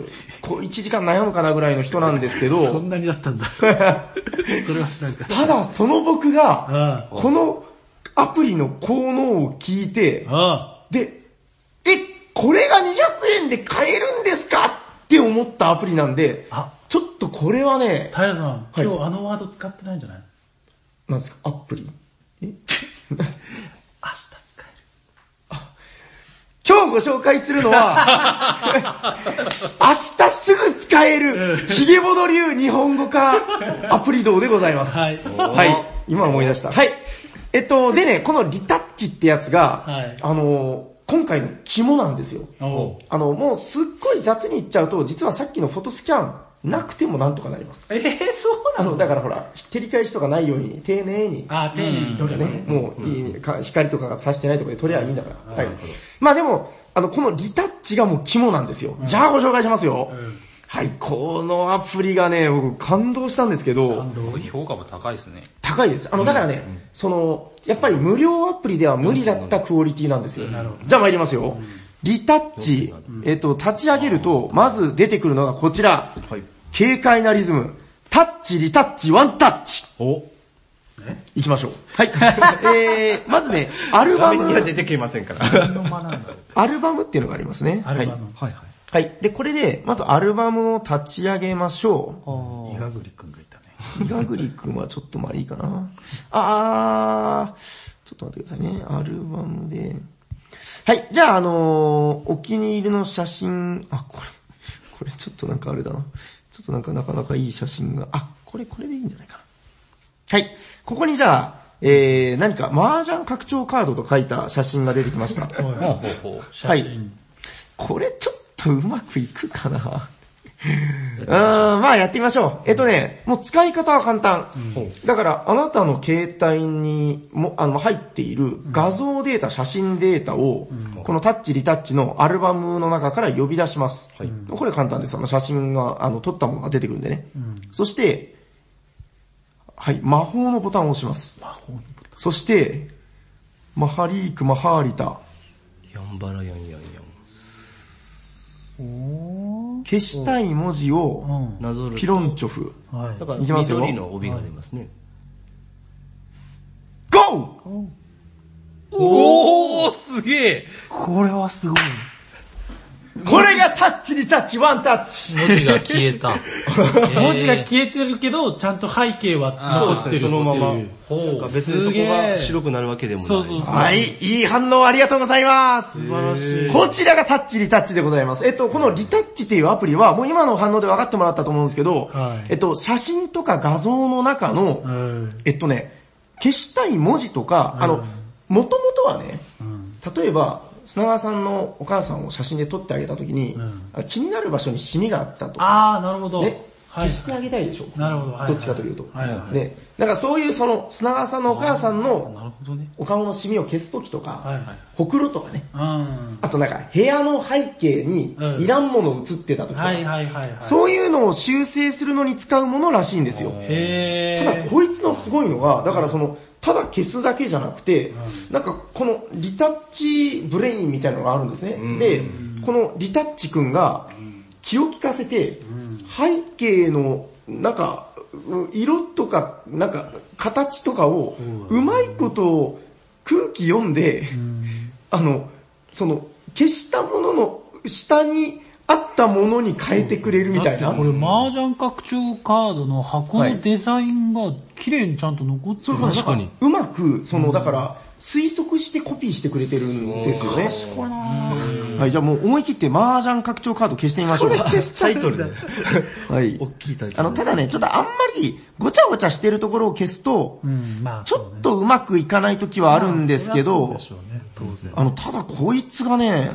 Speaker 4: 1時間悩むかなぐらいの人なんですけ
Speaker 6: そ
Speaker 4: ど、
Speaker 6: んなにだったんだ。それは知らんかった
Speaker 4: だその僕が、
Speaker 6: た。あ
Speaker 4: このアプリの効能を聞いて
Speaker 6: あ、、あ
Speaker 4: で、え、これが200円で買えるんですかって思ったアプリなんで
Speaker 6: あ、
Speaker 4: ちょっとこれはね
Speaker 6: あ。、平さん、
Speaker 4: は
Speaker 6: 今
Speaker 4: い
Speaker 6: 日あのワード使ってないんじゃない
Speaker 4: なんですか、アプリえ
Speaker 6: 明日使
Speaker 4: 今日ご紹介するのは、 明日すぐ使える、ヒゲボド流日本語化アプリ道でございます。
Speaker 6: える。はい。
Speaker 4: はい。今思い出した。はい。えっと、でね、このリタッチってやつが、
Speaker 6: はい
Speaker 4: あの、今回の肝なんですよ。
Speaker 6: お
Speaker 4: あの、もうすっごい雑に言っちゃうと、実はさっきのフォトスキャン、なくてもなんとかなります。
Speaker 6: えー、そう
Speaker 4: あの、だからほら、照り返しとかないように、丁寧に、
Speaker 6: あー、丁寧にどれね。
Speaker 4: ね、もういいか、光とかが差してないところで撮りゃいいんだから。はい。まあでも、あの、このリタッチがもう肝なんですよ。じゃあご紹介しますよ。はい、このアプリがね、僕感動したんですけど、
Speaker 5: これ評価も高いですね。
Speaker 4: 高いです。あの、だからね、その、やっぱり無料アプリでは無理だったクオリティなんですよ。じゃあ参りますよ。リタッチ、えっと、立ち上げると、まず出てくるのがこちら。
Speaker 2: はい。
Speaker 4: 軽快なリズム。タッチ、リタッチ、ワンタッチ。
Speaker 2: お
Speaker 4: いきましょう。はい。 えー、まずね、アル
Speaker 2: 画
Speaker 4: バ
Speaker 2: 面
Speaker 4: ム
Speaker 2: に、は出てきませんから。
Speaker 4: アルバムっていうのがありますね。
Speaker 6: アルバム。
Speaker 2: はいは
Speaker 4: はい。はい。で、これで、まずアルバムを立ち上げましょう。
Speaker 6: 伊賀栗くんがいたね。
Speaker 4: イガグリ君はちょっとまあいいかな。あー、ちょっと待ってくださいね。アルバムで。はい、じゃああのーお気に入りの写真、あ、これ、これちょっとなんかあれだな。ちょっとなんかなかなかいい写真が、あ、これ、これでいいんじゃないかな。はい、ここにじゃあ、えー、何か麻雀拡張カードと書いた写真が出てきました。
Speaker 5: ほうほうほう。
Speaker 4: はい。これちょっとうまくいくかな。うーん、まあやってみましょう。えっとね、もう使い方は簡単。だからあなたの携帯にも、あの、入っている画像データ、写真データを、このタッチリタッチのアルバムの中から呼び出します。これ簡単です。あの、写真が、あの、撮ったものが出てくるんでね。そして、はい、魔法のボタンを押します。そして、マハリーク、マハーリタ、
Speaker 2: い。やんばらやんやんやん。
Speaker 4: 消したい文字
Speaker 6: う
Speaker 4: を、
Speaker 6: ん。
Speaker 2: なぞると。
Speaker 4: ピロンチョフ。
Speaker 6: はい
Speaker 2: だ。から
Speaker 4: いきますよ
Speaker 2: 緑の帯が出ますね。
Speaker 4: GO!
Speaker 5: おーすげえ
Speaker 6: これはすごい。
Speaker 4: これがタッチにタッチ、ワンタッチ。
Speaker 5: 文字が消えた。
Speaker 1: 文字が
Speaker 5: えー
Speaker 1: 消えてるけど、ちゃんと背景は残ってるっていう。
Speaker 2: そのまま。
Speaker 1: ほう
Speaker 2: なんか別にそこが白くなるわけでもない。
Speaker 1: そうそうそう
Speaker 4: はい、いい反応ありがとうございます。素晴らしい。こちらがタッチリタッチでございます。えっと、このリタッチっていうアプリは、もう今の反応で分かってもらったと思うんですけど、
Speaker 1: はい
Speaker 4: えっと、写真とか画像の中の、えっとね、消したい文字とか、あの、もともとはね、例えば、砂川さんのお母さんを写真で撮ってあげたときに、あ気になる場所にシミがあったとか、
Speaker 1: あー、なるほど。
Speaker 4: ね、
Speaker 1: は
Speaker 4: 消
Speaker 1: い。
Speaker 4: してあげたいでしょ。
Speaker 1: なるほどはい
Speaker 4: どっちかというと。
Speaker 1: はいはい
Speaker 4: ね、だからそういうその、砂川さんのお母さんの、
Speaker 5: なるほどね。
Speaker 4: お顔のシミを消すときとか、
Speaker 1: はいはい
Speaker 4: ほくろとかね、
Speaker 1: うん。
Speaker 4: あとなんか部屋の背景に
Speaker 1: うん
Speaker 4: いらんもの映ってたときとか、
Speaker 1: はいはいはいはい。
Speaker 4: そういうのを修正するのに使うものらしいんですよ。
Speaker 1: へ
Speaker 4: た
Speaker 1: ー。
Speaker 4: だこいつのすごいのが、だからその、ただ消すだけじゃなくて、なんかこのリタッチブレインみたいなのがあるんですね。で、このリタッチくんが気を利かせて、背景の、なんか、う色とか、なんか、形とかを、うまいこと空気読んで、あの、その、消したものの下にあったものに変えてくれるみたいな。
Speaker 7: これ、麻雀拡張カードの箱のデザインが綺麗にちゃんと残って
Speaker 4: そ
Speaker 7: る
Speaker 4: れから
Speaker 2: 確かに
Speaker 4: うまく、その、だから、推測してコピーしてくれてるんですよね。賢いなはい、じゃあもう思い切って麻雀拡張カード消してみましょう。
Speaker 2: タイトルだよ。
Speaker 4: はい。
Speaker 2: 大きいタイト
Speaker 4: あ
Speaker 2: ル。
Speaker 4: の、ただね、ちょっとあんまりごちゃごちゃしてるところを消すと、
Speaker 7: うん、まあ。
Speaker 4: ちょっとうまくいかない時はあるんですけど、
Speaker 6: そうね、当然。
Speaker 4: あの、ただこいつがね、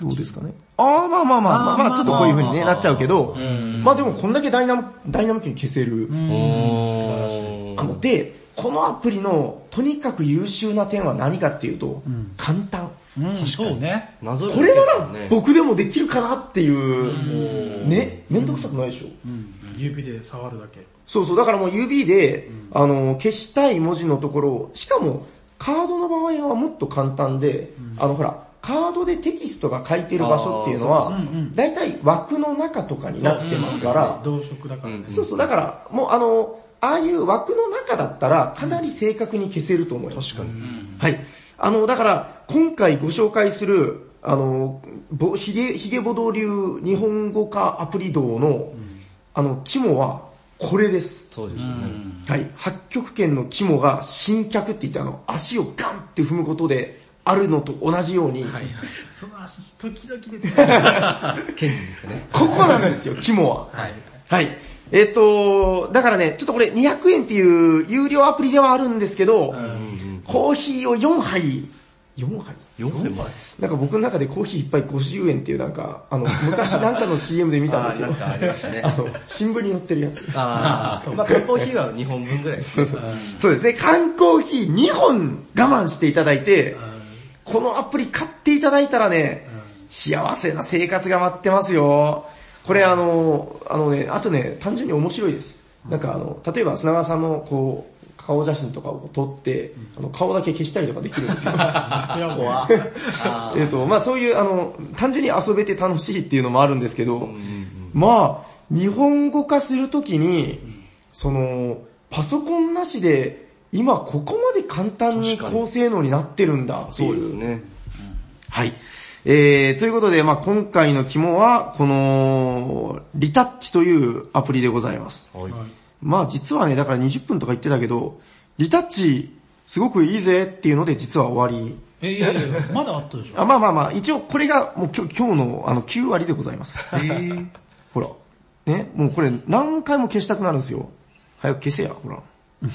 Speaker 4: どうですかね。ああ、まあまあまあ、まあまあ、ちょっとこういう風にね、なっちゃうけど、まあでもこんだけダイナミダイナミックに消せる。あの、で、このアプリのとにかく優秀な点は何かっていうと、簡単。
Speaker 1: うん、そうね。
Speaker 2: 謎
Speaker 4: これなら
Speaker 2: ね
Speaker 4: 僕でもできるかなっていう、ね、めんどくさくないでしょ。
Speaker 1: 指で触るだけ。
Speaker 4: そうそう、だからもう指で、あの、消したい文字のところを、しかも、カードの場合はもっと簡単で、あのほら、カードでテキストが書いてる場所っていうのは、だいたい枠の中とかになってますから、
Speaker 1: 同色だからね。
Speaker 4: そうそう、だから、もうあの、ああいう枠の中だったら、かなり正確に消せると思います。確かに。はい。あの、だから、今回ご紹介する、あの、ぼひげ、ひげぼど流日本語化アプリ道の、あの、肝は、これです。
Speaker 2: そうですよね。
Speaker 4: はい。八極拳の肝が、新脚って言って、あの、足をガンって踏むことで、あるのと同じように、
Speaker 1: その足、時々出てくる。
Speaker 2: 検事ですかね。
Speaker 4: ここなんですよ、肝は。
Speaker 5: はい。
Speaker 4: はい。えっ、と、だからね、ちょっとこれ200円っていう有料アプリではあるんですけど、コーヒーを4杯、4杯
Speaker 2: 4分前。
Speaker 4: なんか僕の中でコーヒー一杯50円っていうなんか、あの、昔なんかの CM で見たんですよ。
Speaker 2: ありましたね
Speaker 4: あの、新聞に載ってるやつ。
Speaker 2: ああ、まあ、缶コーヒーは2本分ぐらいです。
Speaker 4: そうそうそうですね、缶コーヒー2本我慢していただいて、このアプリ買っていただいたらね、幸せな生活が待ってますよ。これあの、あのね、あとね、単純に面白いです。なんかあの、例えば砂川さんのこう、顔写真とかを撮って、あの顔だけ消したりとかできるんですよ。えっと、まあそういう、あの、単純に遊べて楽しいっていうのもあるんですけど、まあ、日本語化するときに、その、パソコンなしで、今ここまで簡単に高性能になってるんだってい。
Speaker 2: そううですね。
Speaker 4: はい。えー、ということで、まあ今回の肝は、この、リタッチというアプリでございます。まあ実はね、だから20分とか言ってたけど、リタッチ、すごくいいぜっていうので実は終わり
Speaker 7: え、いやいやいや、まだあったでし ょ。
Speaker 4: あまあまあまあ、一応これがもう今日今日のあの9割でござい ます。ほら。ね、もうこれ何回も消したくなるんですよ。早く消せや、ほら。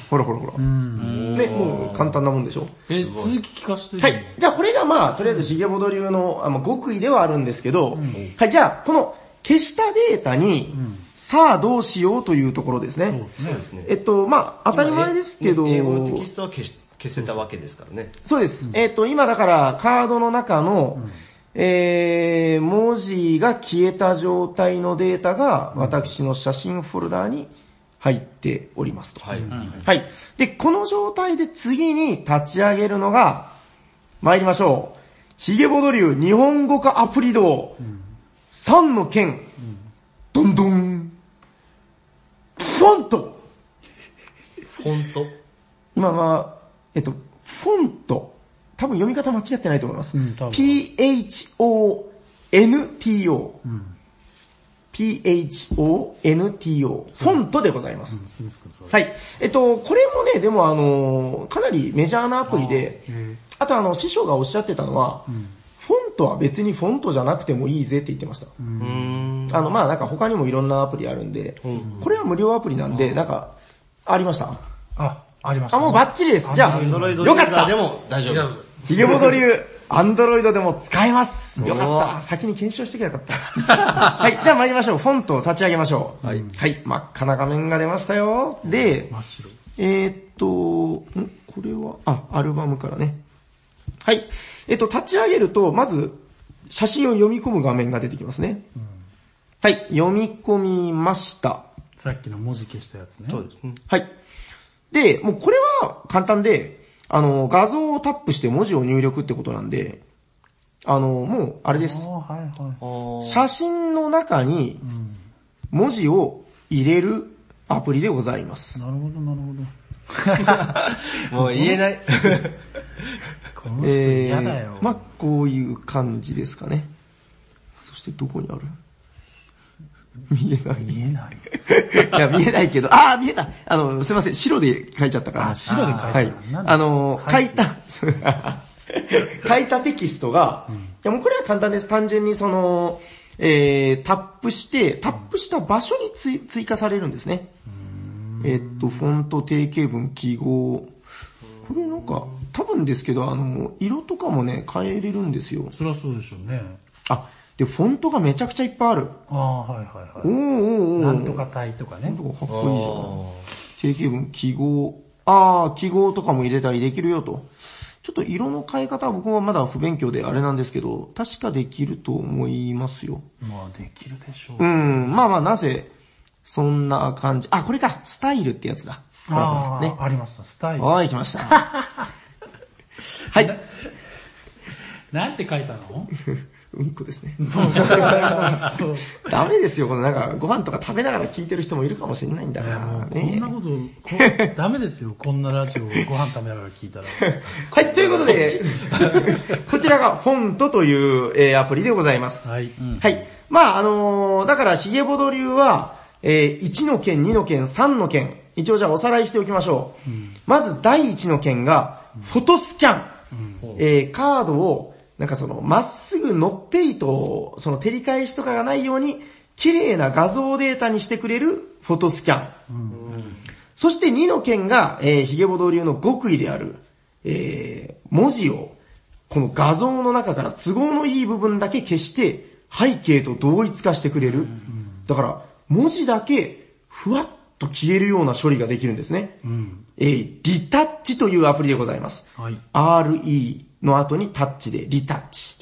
Speaker 4: ほらほらほら。ね、もう簡単なもんでしょ。
Speaker 7: え、続き聞かせて。
Speaker 4: はい。じゃあこれがまあ、とりあえずヒゲボド流のあの極意ではあるんですけど、はい、じゃあこの消したデータに、さあどうしようというところですね。
Speaker 2: そうですね。
Speaker 4: えっと、まあ当たり前ですけど、
Speaker 2: 英語のテキストは消し消せたわけですからね。
Speaker 4: そうです。えっ、と、今だからカードの中の、えー、文字が消えた状態のデータが私の写真フォルダーに入っておりますと。はい。はい。で、この状態で次に立ち上げるのが、参りましょう。ヒゲボド流日本語化アプリ道、3の剣、どんどん、フォント
Speaker 2: フォント。
Speaker 4: 今は、えっと、フォント、多分読み方間違ってないと思います。
Speaker 7: うん多分
Speaker 4: PHONTO。PHONTO。フォントでございます。はい。えっと、これもね、でもあのー、かなりメジャーなアプリで、あとあの、師匠がおっしゃってたのは、フォントは別にフォントじゃなくてもいいぜって言ってました。あの、まあなんか他にもいろんなアプリあるんで、これは無料アプリなんで、なんか、ありました
Speaker 7: あ、ありました。
Speaker 4: あ、もうバッチリです。じゃあ、
Speaker 2: アンドロイド
Speaker 4: よかった
Speaker 2: でも大丈夫。
Speaker 4: ヒゲボド流、アンドロイドでも使えます。よかった。先に検証してきゃよかった。 はい、じゃあ参りましょう。フォントを立ち上げましょう。はい。真っ赤な画面が出ましたよ。で、えーっと、んこれは、あ、アルバムからね。はい。えっと、立ち上げると、まず、写真を読み込む画面が出てきますね。はい、読み込みました。
Speaker 7: さっきの文字消したやつね。
Speaker 2: そうですね。
Speaker 4: はい。で、もうこれは簡単で、あの、画像をタップして文字を入力ってことなんで、あの、もう、あれです。
Speaker 7: はいはい。
Speaker 4: 写真の中に文字を入れるアプリでございます。
Speaker 7: なるほどなるほど。
Speaker 2: もう言えない。
Speaker 7: この人
Speaker 4: え
Speaker 7: 嫌だよ。
Speaker 4: ー、まあこういう感じですかね。そしてどこにある見えない。
Speaker 7: 見えない。
Speaker 4: いや、見えないけど、あー、見えたあの、すいません、白で書いちゃったから。
Speaker 7: あ、白で書いてあ
Speaker 4: は
Speaker 7: る
Speaker 4: い。
Speaker 7: なんだ
Speaker 4: あのー、書いた、書いた テキストが、いやもうこれは簡単です。単純にその、えー、タップして、タップした場所につい追加されるんですね。えーっと、フォント、定型文、記号。これなんか、多分ですけど、あの、色とかもね、変えれるんですよ。
Speaker 7: そりゃそうでしょうね。
Speaker 4: あ、で、フォントがめちゃくちゃいっぱいある。
Speaker 7: ああ、はいはいは
Speaker 4: おーおーお
Speaker 7: い。
Speaker 4: ー
Speaker 7: なんとか体とかね。
Speaker 4: なんとかかっこいいじゃん。定型文、記号。ああ、記号とかも入れたりできるよと。ちょっと色の変え方は僕もまだ不勉強であれなんですけど、確かできると思いますよ。
Speaker 7: まあできるでしょう。
Speaker 4: うん、まあまあなぜ、そんな感じ。あ、これか、スタイルってやつだ。ほらほ
Speaker 7: あ
Speaker 4: ら
Speaker 7: あ、
Speaker 4: ね。
Speaker 7: ありました。スタイル。
Speaker 4: はい、来ました。 はい。
Speaker 7: なんて書いた の
Speaker 4: うんこですね。ダメですよ、このなんか、ご飯とか食べながら聞いてる人もいるかもしれないんだ
Speaker 7: い
Speaker 4: か
Speaker 7: やも
Speaker 4: ら
Speaker 7: うこん
Speaker 4: ね
Speaker 7: な。こと、こ ダメですよ。こんなラジオをご飯食べながら聞いたら。
Speaker 4: はい、ということで、 こちらがフォントという、えーアプリでございます。
Speaker 7: はい。
Speaker 4: はい。まああのーだからヒゲボド流は、えー1の件、2の件、3の件、一応じゃあおさらいしておきましょう。まず第1の件が、フォトスキャン。えーカードを、なんかその、まっすぐのっぺりと、その照り返しとかがないように、綺麗な画像データにしてくれるフォトスキャン。そして2の件が、えー、ヒゲボド流の極意である、えー、文字を、この画像の中から都合のいい部分だけ消して、背景と同一化してくれる。だから、文字だけ、ふわっと消えるような処理ができるんですね。えー、リタッチというアプリでございます。
Speaker 7: はい。
Speaker 4: RE の後にタッチでリタッチ。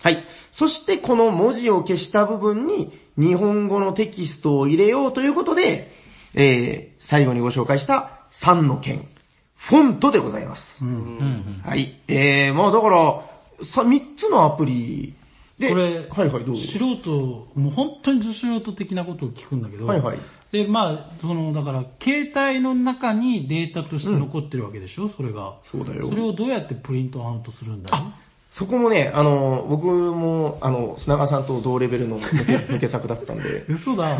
Speaker 4: はい。そしてこの文字を消した部分に日本語のテキストを入れようということで、えー、最後にご紹介した3の件、フォントでございます。はい。えー、まあだから、さ、3つのアプリで、
Speaker 7: こ
Speaker 4: はい
Speaker 7: れ
Speaker 4: はい、どうぞ。
Speaker 7: 素人、もう本当にず素人的なことを聞くんだけど、
Speaker 4: はいはい
Speaker 7: で、まあ、その、だから、携帯の中にデータとして残ってるわけでしょ、それが。
Speaker 4: そうだよ
Speaker 7: それをどうやってプリントアウトするんだろう
Speaker 4: そこもね、あの、僕も、あの、砂川さんと同レベルの抜け抜け作だったん で、
Speaker 7: 嘘だ。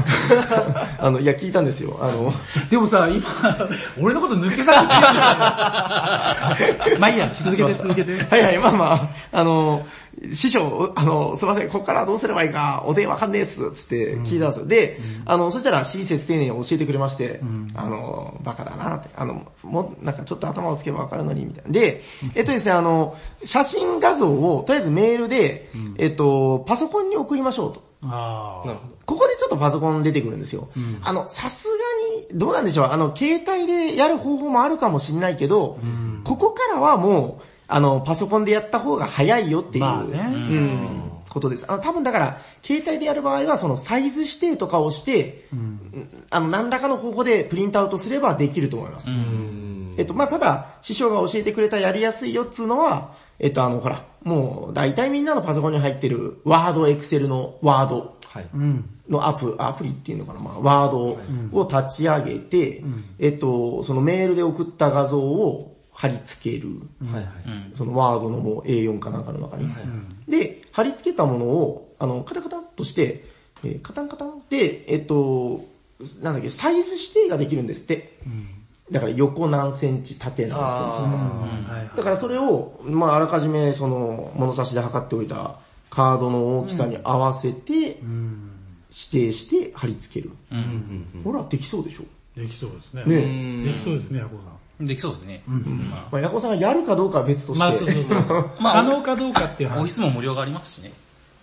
Speaker 4: あの、いや、聞いたんですよ。あの、
Speaker 7: でもさ、今、 俺のこと抜けされてる まあいいや、続けて続けて。
Speaker 4: はいはい、まあまあ、あの、師匠、あの、すいません、ここからどうすればいいか、お電話わかんねえっす、つって聞いたんですよ。で、あの、そしたら親切丁寧に教えてくれまして、あの、バカだなって、あの、もう、なんかちょっと頭をつけばわかるのに、みたいな。で、えっとですね、あの、写真画像を、とりあえずメールで、えっと、パソコンに送りましょうと。
Speaker 7: ああ。
Speaker 4: ここでちょっとパソコン出てくるんですよ。あの、さすがに、どうなんでしょう。あの、携帯でやる方法もあるかもしれないけど、ここからはもう、あの、パソコンでやった方が早いよっていう、
Speaker 7: まあね
Speaker 4: うん、ことです。あの、多分だから、携帯でやる場合は、そのサイズ指定とかをして、あの、何らかの方法でプリントアウトすればできると思います。えっと、まあ、ただ、師匠が教えてくれたやりやすいよっつうのは、えっと、あの、ほら、もう、大体みんなのパソコンに入ってる、ワード、エクセルのワード
Speaker 2: はい。
Speaker 4: のアプアプリっていうのかな、まあ、ワードを立ち上げて、えっと、そのメールで送った画像を貼り付ける。
Speaker 2: はいはい。
Speaker 4: そのワードのもう A4 かなんかの中に。で、貼り付けたものを、あの、カタカタっとして、えーカタンカタンで、えっと、なんだっけ、サイズ指定ができるんですって。だから横何センチ、縦何センチみたいな。だからそれを、まああらかじめその物差しで測っておいたカードの大きさに合わせて、指定して貼り付ける。ほら、できそうでしょ
Speaker 7: できそうですね。
Speaker 4: ね
Speaker 7: できそうですね、ヤコウさん。
Speaker 5: できそうですね。
Speaker 4: まあ、ヤコさんがやるかどうかは別として。
Speaker 1: まあそうそうそう。
Speaker 5: まあ
Speaker 1: 可能かどうかっていう
Speaker 5: オフィ
Speaker 1: 話。
Speaker 5: スも無料がありますしね。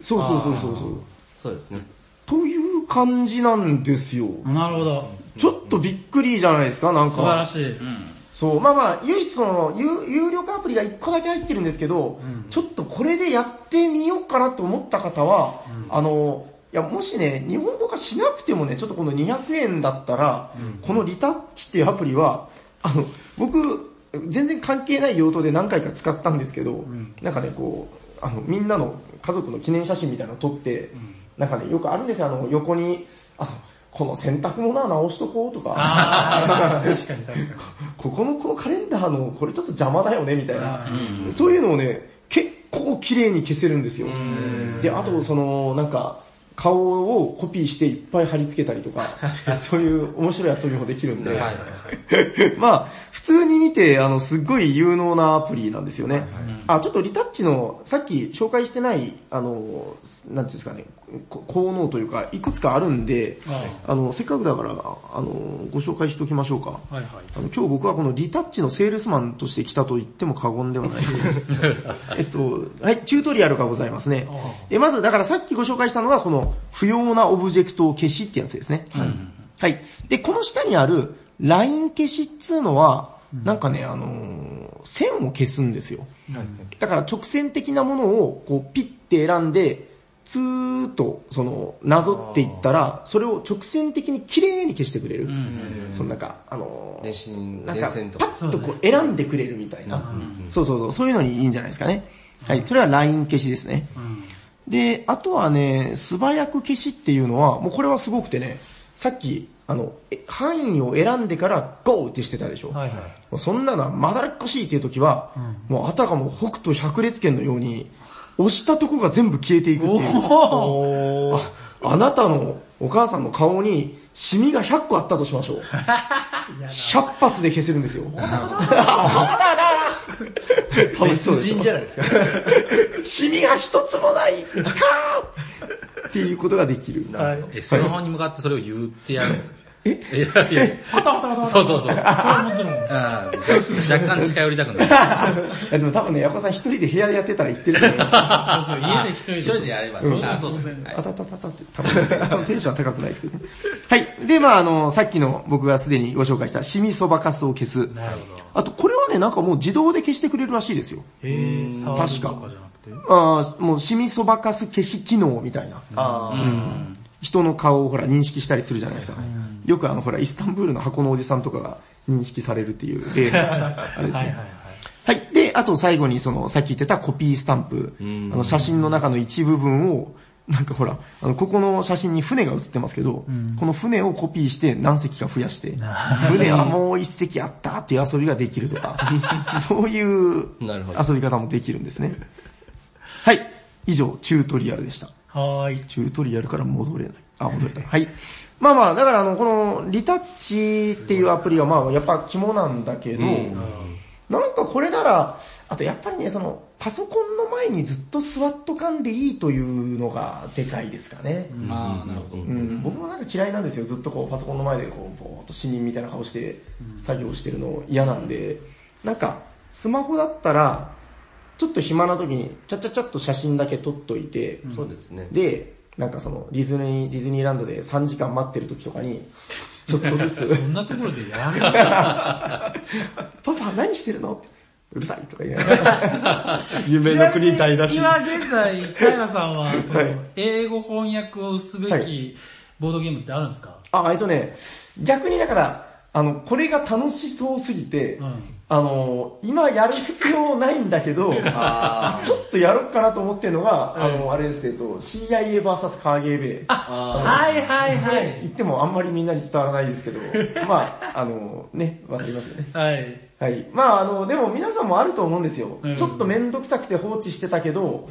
Speaker 4: そうそうそうそうそう。
Speaker 2: そうですね。
Speaker 4: という感じなんですよ。
Speaker 1: なるほど。
Speaker 4: ちょっとびっくりじゃないですか、なん
Speaker 1: 素晴ら
Speaker 4: か。
Speaker 1: しい。
Speaker 5: うん。
Speaker 4: そう、まあまあ、唯一その、有有料化アプリが1個だけ入ってるんですけど、ちょっとこれでやってみようかなと思った方は、あの、いや、もしね、日本語化しなくてもね、ちょっとこの200円だったら、このリタッチっていうアプリは、あの、僕、全然関係ない用途で何回か使ったんですけど、なんかね、こう、あの、みんなの家族の記念写真みたいなの撮って、なんかね、よくあるんですよ、あの、横に、あの、この洗濯物は直しとこうとか、
Speaker 1: あー確かに確かに。
Speaker 4: ここのこのカレンダーのこれちょっと邪魔だよね、みたいな。そういうのをね、結構綺麗に消せるんですよ。で、あとその、なんか、顔をコピーしていっぱい貼り付けたりと か、そういう面白い遊びもできるんで、
Speaker 5: はいはいはい。
Speaker 4: まあ、普通に見て、あの、すっごい有能なアプリなんですよね。あ、ちょっとリタッチの、さっき紹介してない、あの、なんていうんですかね、こ効能というか、いくつかあるんで、あの、せっかくだから、あの、ご紹介しておきましょうか。
Speaker 1: はいはい。
Speaker 4: あの今日僕はこのリタッチのセールスマンとして来たと言っても過言ではない。 えっと、はい、チュートリアルがございますね。えまず、だからさっきご紹介したのがこの不要なオブジェクトを消しってやつですね。はい。で、この下にあるライン消しっつうのは、なんかね、あのー線を消すんですよ。だから直線的なものをこうピッて選んで、ツーッとそのなぞっていったら、それを直線的に綺麗に消してくれる。そのなんか、あのー
Speaker 2: 電信、
Speaker 4: なん
Speaker 2: 電
Speaker 4: か、
Speaker 2: 線と
Speaker 4: パ
Speaker 2: か。
Speaker 4: ッとこう選んでくれるみたいな。そうそうそう、そういうのにいいんじゃないですかね。はい、それはライン消しですね。で、あとはね、素早く消しっていうのは、もうこれはすごくてね、さっき、あの、え範囲を選んでからゴーってしてたでしょ。
Speaker 1: はいはい。
Speaker 4: もうそんなのはまだらっこしいっていう時は、もうあたかも北斗百裂拳のように、押したとこが全部消えていくっていう。ああなたのお母さんの顔にシミが100個あったとしましょう。100発で消せるんですよ。楽しそうでしょ。
Speaker 2: じゃないですか。
Speaker 4: シミが一つもないピカーっていうことができる。
Speaker 1: はい。
Speaker 5: え、スマホに向かってそれを言ってやるんですよ。えいやいやい
Speaker 1: パタパタパタパ
Speaker 5: や。
Speaker 1: タ。
Speaker 5: そうそう
Speaker 1: もち
Speaker 5: そう。
Speaker 1: ろん。
Speaker 5: あー若若干近寄りたくなる。
Speaker 4: いやでも多分ね、ヤコさん一人で部屋でやってたら言ってると思いま
Speaker 1: そうそ う、家で一人で。
Speaker 5: 一人でやれば、
Speaker 4: うん
Speaker 5: あーそうですね。
Speaker 4: す。
Speaker 5: はい
Speaker 4: あたたたたって、多分そのテンションは高くないですけどね。はい。で、まああの、さっきの僕がすでにご紹介したシミそばかすを消す。あと、これはね、なんかもう自動で消してくれるらしいですよ。
Speaker 7: へぇ
Speaker 4: ん確か
Speaker 7: じゃなくて。
Speaker 4: ああ、もうシミそばかす消し機能みたいな。
Speaker 2: あ
Speaker 4: 人の顔をほら認識したりするじゃないですか。よくあのほらイスタンブールの箱のおじさんとかが認識されるっていう例があれですね。はい。で、あと最後にそのさっき言ってたコピースタンプ。あ
Speaker 2: ん
Speaker 4: の写真の中の一部分をなんかほら、あの、ここの写真に船が写ってますけど、この船をコピーして何隻か増やして、船はもう一隻あったっていう遊びができると か、そういう
Speaker 2: なるほど
Speaker 4: 遊び方もできるんですね。はい。以上、チュートリアルでした。
Speaker 1: はーい。
Speaker 4: チュートリアルから戻れない。あ、戻れた。はい。まあまあ、だからあの、この、リタッチっていうアプリはまあ、やっぱ肝なんだけど、なんかこれなら、あとやっぱりね、その、パソコンの前にずっと座っとかんでいいというのがでかいですかね。
Speaker 5: まあ、なるほど。
Speaker 4: うん、僕もなんか嫌いなんですよ。ずっとこうパソコンの前でこう、ぼーっと死人みたいな顔して作業してるの嫌なんで、なんかスマホだったら、ちょっと暇な時に、ちゃっちゃっちゃっと写真だけ撮っといて、
Speaker 2: あ。そうですね。
Speaker 4: で、なんかその、ディズニー、ディズニーランドで3時間待ってる時とかに、ちょっとずつ、
Speaker 7: そんなところでやる
Speaker 4: パパ何してるのってうるさいとか言いながら。
Speaker 2: 夢の国台出し。
Speaker 1: 今現在、平さんは、そ
Speaker 4: はい
Speaker 1: の、英語翻訳をすべ
Speaker 4: は
Speaker 1: きボードゲームってあるんですか
Speaker 4: あ、えっとね、逆にだから、あの、これが楽しそうすぎて、
Speaker 1: うん。
Speaker 4: あの、今やる必要ないんだけど、
Speaker 2: あ
Speaker 4: ちょっとやろうかなと思ってるのが、
Speaker 1: うん
Speaker 4: あの、あれですけど、CIA vs カーゲーベイ。
Speaker 2: あ。
Speaker 1: はいはいは
Speaker 4: はい
Speaker 1: い。
Speaker 4: 言ってもあんまりみんなに伝わらないですけど、まあ、あの、ね、わかりますよね。
Speaker 1: はい。
Speaker 4: はい。まああの、でも皆さんもあると思うんですよ。ちょっとめんどくさくて放置してたけど、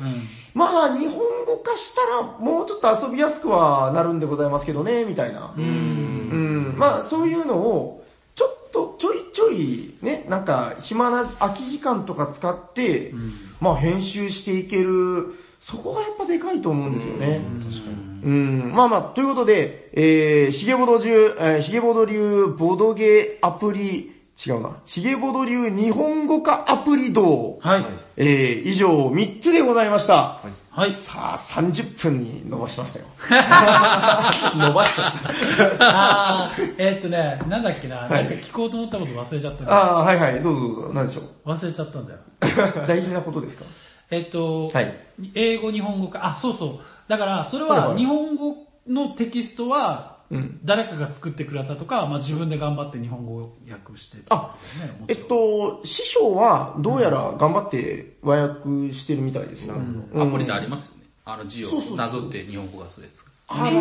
Speaker 4: まあ日本語化したらもうちょっと遊びやすくはなるんでございますけどね、みたいな。うんまあそういうのを、ちょっとちょいちょいね、なんか暇な空き時間とか使って、まあ編集していける、そこがやっぱでかいと思うんですよね。
Speaker 2: 確かに。
Speaker 4: うん、まあまあ、ということで、えー、ヒゲボド流、えー、ヒゲボド流ボドゲアプリ、違うな、ヒゲボド流日本語化アプリ道、
Speaker 1: はい。
Speaker 4: えー、以上3つでございました。
Speaker 1: はい。
Speaker 4: さあ、30分に伸ばしま したよ。
Speaker 2: 伸ばしちゃった。
Speaker 1: あー、えーっとね、なんだっけな、
Speaker 4: は
Speaker 1: ないんか聞こうと思ったこと忘れちゃったんだよ
Speaker 4: ああ、はいはい、どうぞどうぞ、何でしょ う。
Speaker 1: 忘れちゃったんだよ。
Speaker 4: 大事なことですか
Speaker 1: えっと、
Speaker 4: はい
Speaker 1: 英語、日本語か。あ、そうそう。だから、それ
Speaker 4: はいは
Speaker 1: は、
Speaker 4: い
Speaker 1: 日本語のテキストは
Speaker 4: うん、
Speaker 1: 誰かが作ってくれたとか、まあ自分で頑張って日本語を訳してたん
Speaker 4: あ
Speaker 1: だよね、も
Speaker 4: えっ
Speaker 1: ちろん
Speaker 4: と、師匠はどうやら頑張って和訳してるみたいですね。
Speaker 5: アプリであ
Speaker 4: だ。
Speaker 5: りますよね。あの字を
Speaker 4: そうそうそう
Speaker 5: なぞって日本語がそうです。
Speaker 4: あ、え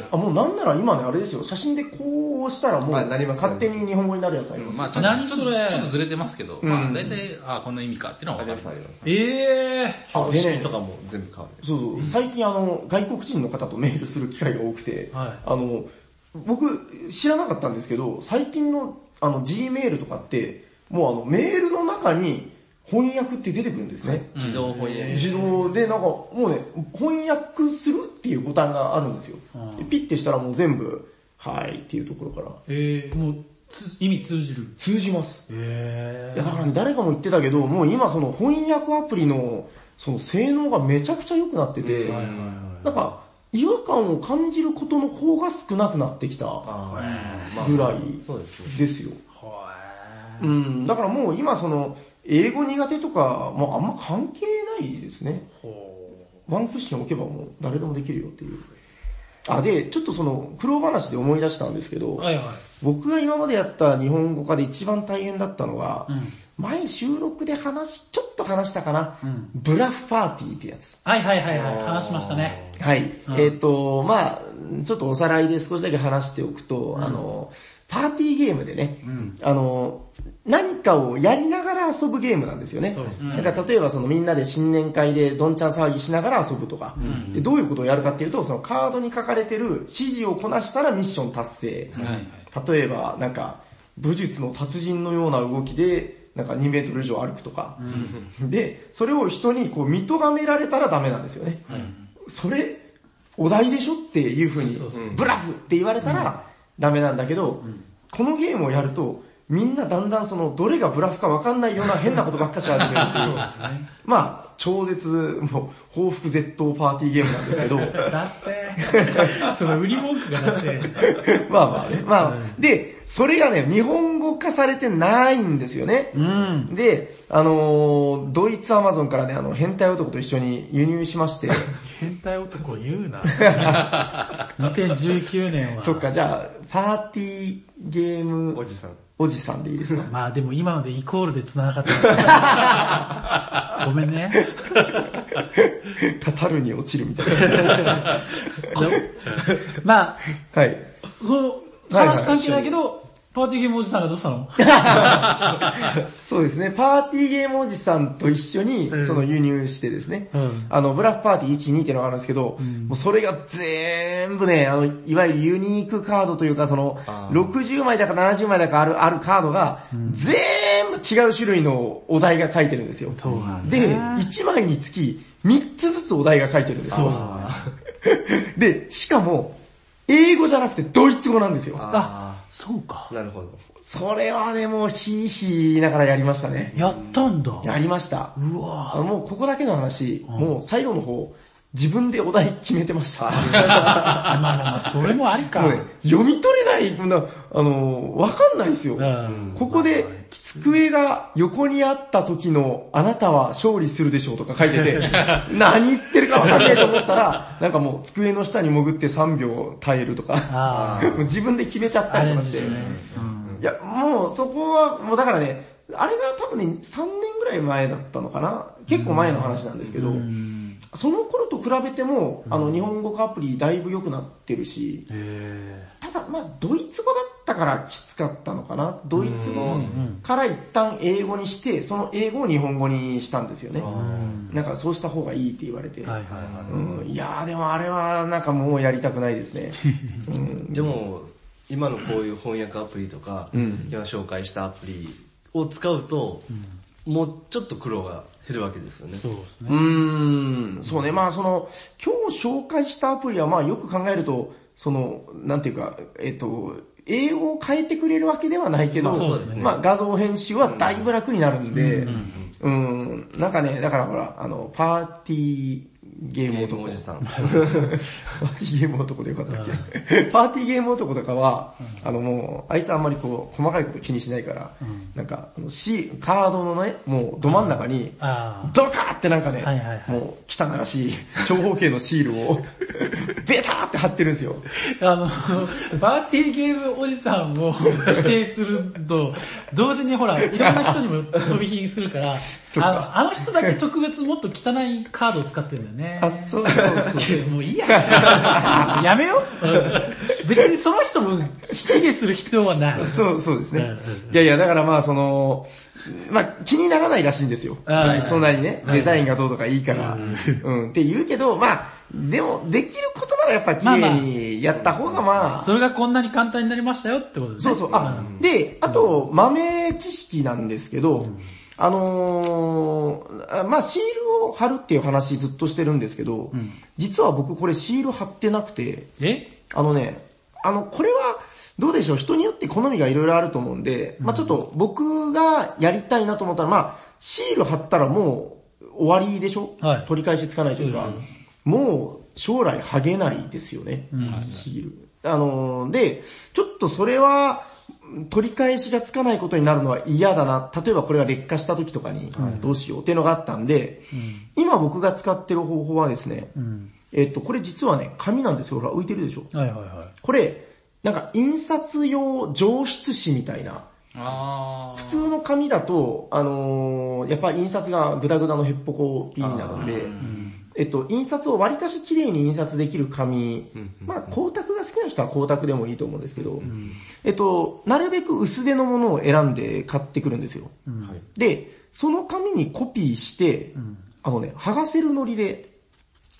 Speaker 4: ーあ、もうなんなら今ね、あれですよ、写真でこう押したらもう、
Speaker 2: あなります
Speaker 4: 勝手に日本語になるやつありますよ。
Speaker 5: まあちょ
Speaker 1: 何
Speaker 5: っとちょ
Speaker 1: それ
Speaker 5: っとちょっとずれてますけど、まあ大体、あこんな意味かっていうのは
Speaker 2: あ
Speaker 5: 分
Speaker 2: り
Speaker 5: か
Speaker 2: ま
Speaker 5: り
Speaker 2: す、
Speaker 5: ま
Speaker 2: あ
Speaker 5: す
Speaker 2: り。ます。
Speaker 1: ええ
Speaker 4: あ
Speaker 2: 標
Speaker 4: で
Speaker 2: 識
Speaker 4: ね
Speaker 2: とかも全部変わる。
Speaker 4: そうそう、最近あの、外国人の方とメールする機会が多くて、
Speaker 1: は
Speaker 4: あの、僕知らなかったんですけど、最近のあの G メールとかって、もうあのメールの中に翻訳って出てくるんですね。
Speaker 2: 自動翻訳。
Speaker 4: 自動でなんかもうね、翻訳するっていうボタンがあるんですよ。でピッてしたらもう全部、はいっていうところから
Speaker 1: えー、もう、つ意味通じる。
Speaker 4: 通じます。
Speaker 1: え
Speaker 4: いやだからね誰かも言ってたけど、もう今その翻訳アプリのその性能がめちゃくちゃ良くなってて、なんか違和感を感じることの方が少なくなってきた
Speaker 2: あーまあ
Speaker 4: ぐらい
Speaker 2: そうですね。
Speaker 4: ですよ。うん、だからもう今その英語苦手とかもうあんま関係ないですね。ワンクッション置けばもう誰でもできるよっていう。あ、で、ちょっとその苦労話で思い出したんですけど、
Speaker 1: ー。はいはい。
Speaker 4: 僕が今までやった日本語化で一番大変だったのが、前収録で話、ちょっと話したかな、ブラフパーティーってやつ。
Speaker 1: はいはいはいはい、話しました ね。
Speaker 4: はい。えっ、と、まあちょっとおさらいで少しだけ話しておくと、あの、パーティーゲームでね、あの、何かをやりながら遊ぶゲームなんですよね。だから例えばそのみんなで新年会でどんちゃん騒ぎしながら遊ぶとか、で、どういうことをやるかっていうと、そのカードに書かれてる指示をこなしたらミッション達成。例えば、なんか、武術の達人のような動きで、なんか2メートル以上歩くとか。で、それを人にこう見とがめられたらダメなんですよね。それ、お題でしょっていう風に、ブラフって言われたらダメなんだけど、このゲームをやると、みんなだんだんその、どれがブラフかわかんないような 変なことばっかし始めるっていう。まあ、超絶、もう、報復絶倒パーティーゲームなんですけ ど、
Speaker 1: だって、その売り文句がだって、
Speaker 4: まあまあね。まあ、で、それがね、日本語化されてないんですよね。で、あのードイツアマゾンからね、あの、変態男と一緒に輸入 しまして、
Speaker 7: 変態男言うな。
Speaker 1: 2019年は。
Speaker 4: そっか、じゃあ、パーティーゲーム
Speaker 2: おじさん。
Speaker 4: おじさんでい いですか
Speaker 1: まあでも今のでイコールで繋がった。ご めんね。
Speaker 4: 語るに落ちるみたいな。
Speaker 1: まあ、
Speaker 4: はい。
Speaker 1: その、
Speaker 4: はい
Speaker 1: 話関係ないけど、パーティーゲームおじさんがどうしたの
Speaker 4: そうですね、パーティーゲームおじさんと一緒に、その輸入してですね、あの、ブラフパーティー1、2っていうのがあるんですけど、もうそれが全部ね、あの、いわゆるユニークカードというか、その、60枚だか70枚だかある、あるカードが、全部違う種類のお題が書いてるんですよ。で、1枚につき3つずつお題が書いてるんですよ。 で、しかも、英語じゃなくてドイツ語なんですよ。
Speaker 2: あ
Speaker 1: そうか。
Speaker 2: あ、なるほど。
Speaker 4: それはね、もうヒーヒー言いながらやりましたね。
Speaker 1: やったんだ。
Speaker 4: やりました。
Speaker 1: うわ
Speaker 4: あのもうここだけの話、もう最後の方、自分でお題決めてました。
Speaker 1: まあまあまあ、それもありか。
Speaker 4: もうね、読み取れない、こんなあの、わかんないですよ。
Speaker 1: うん
Speaker 4: ここで、机が横にあった時のあなたは勝利するでしょうとか書い てて、何言ってるかわかんないと思ったら、なんかもう机の下に潜って3秒耐えるとか、
Speaker 1: あ
Speaker 4: もう自分で決めちゃったりとかして。いや、もうそこは、もうだからね、あれが多分ね、3年ぐらい前だったのかな結構前の話なんですけど、その頃と比べても、あの、日本語化アプリだいぶ良くなってるし、ただ、まあ、ドイツ語だったからきつかったのかな。ドイツ語から一旦英語にして、その英語を日本語にしたんですよね。なんかそうした方がいいって言われて。
Speaker 1: はいは
Speaker 4: うん、いやーでもあれはなんかもうやりたくないですね。うん
Speaker 2: でも、今のこういう翻訳アプリとか、
Speaker 4: うん
Speaker 2: 今紹介したアプリを使うと、もうちょっと苦労が減るわけですよね。
Speaker 1: そうですね。
Speaker 4: うーん、そうね。まあその、今日紹介したアプリはまあよく考えると、その、なんていうか、えっと、英語を変えてくれるわけではないけど、
Speaker 2: まあそ
Speaker 4: ま
Speaker 2: うです
Speaker 4: あ、
Speaker 2: ね
Speaker 4: 画像編集はだいぶ楽になるんで、うん、うんなんかね、だからほら、あの、パーティーゲーム
Speaker 2: ゲー
Speaker 4: 男
Speaker 2: ムおじさん。
Speaker 4: パーティーゲーム男でよかったっけパーティーゲーム男とかは、あのもう、あいつあんまりこう、細かいこと気にしないから、なんか、あの C、カードのね、もうど真ん中に、
Speaker 1: あ
Speaker 4: ドカーってなんかね、
Speaker 1: はいはいはい
Speaker 4: もう汚らしい長方形のシールを、 ベターって貼ってるんですよ。
Speaker 1: あ。あの、パーティーゲームおじさんを 否定すると、同時にほら、いろんな人にも飛び火するから、
Speaker 4: そう
Speaker 1: あ
Speaker 4: か
Speaker 1: のあの人だけ特別もっと汚いカードを使ってるんだよね。
Speaker 4: あ、そうそうそう。
Speaker 1: いやもう いいや。やめよ。うん別にその人も卑下する必要はない。
Speaker 4: そう、そうです
Speaker 1: うんうん
Speaker 4: ね
Speaker 1: うん。
Speaker 4: いやいや、だからまあその、まあ気にならないらしいんですよ
Speaker 1: はいはいは。い
Speaker 4: そんなにね、デザインがどうとかいいから。うん、って言うけど、まあ、でも、できることならやっぱ綺麗にやった方がまあ、
Speaker 1: それがこんなに簡単になりましたよってことです
Speaker 4: そ
Speaker 1: ね。
Speaker 4: うそう。あ、で、あと、豆知識なんですけど、あのーあまあシールを貼るっていう話ずっとしてるんですけど、実は僕これシール貼ってなくて、
Speaker 1: え
Speaker 4: あのね、あの、これは、どうでしょう人によって好みがいろいろあると思うんで、まあちょっと僕がやりたいなと思ったら、まあシール貼ったらもう終わりでしょ、
Speaker 1: はい
Speaker 4: 取り返しつかないというか、もう将来剥げないですよね、シール。あのーで、ちょっとそれは、取り返しがつかないことになるのは嫌だな。例えばこれが劣化した時とかにどうしようっていうのがあったんで、今僕が使ってる方法はですね、えっと、これ実はね、紙なんですよ。ほら、浮いてるでしょ。
Speaker 1: はいはいは
Speaker 4: これ、なんか印刷用上質紙みたいな。
Speaker 3: あ
Speaker 4: 普通の紙だと、あのーやっぱ印刷がグダグダのヘッポコピーなので、えっと、印刷を割りかし綺麗に印刷できる紙、まあ光沢が好きな人は光沢でもいいと思うんですけど、えっと、なるべく薄手のものを選んで買ってくるんですよ。
Speaker 2: はい
Speaker 4: で、その紙にコピーして、あのね、剥がせるのりで、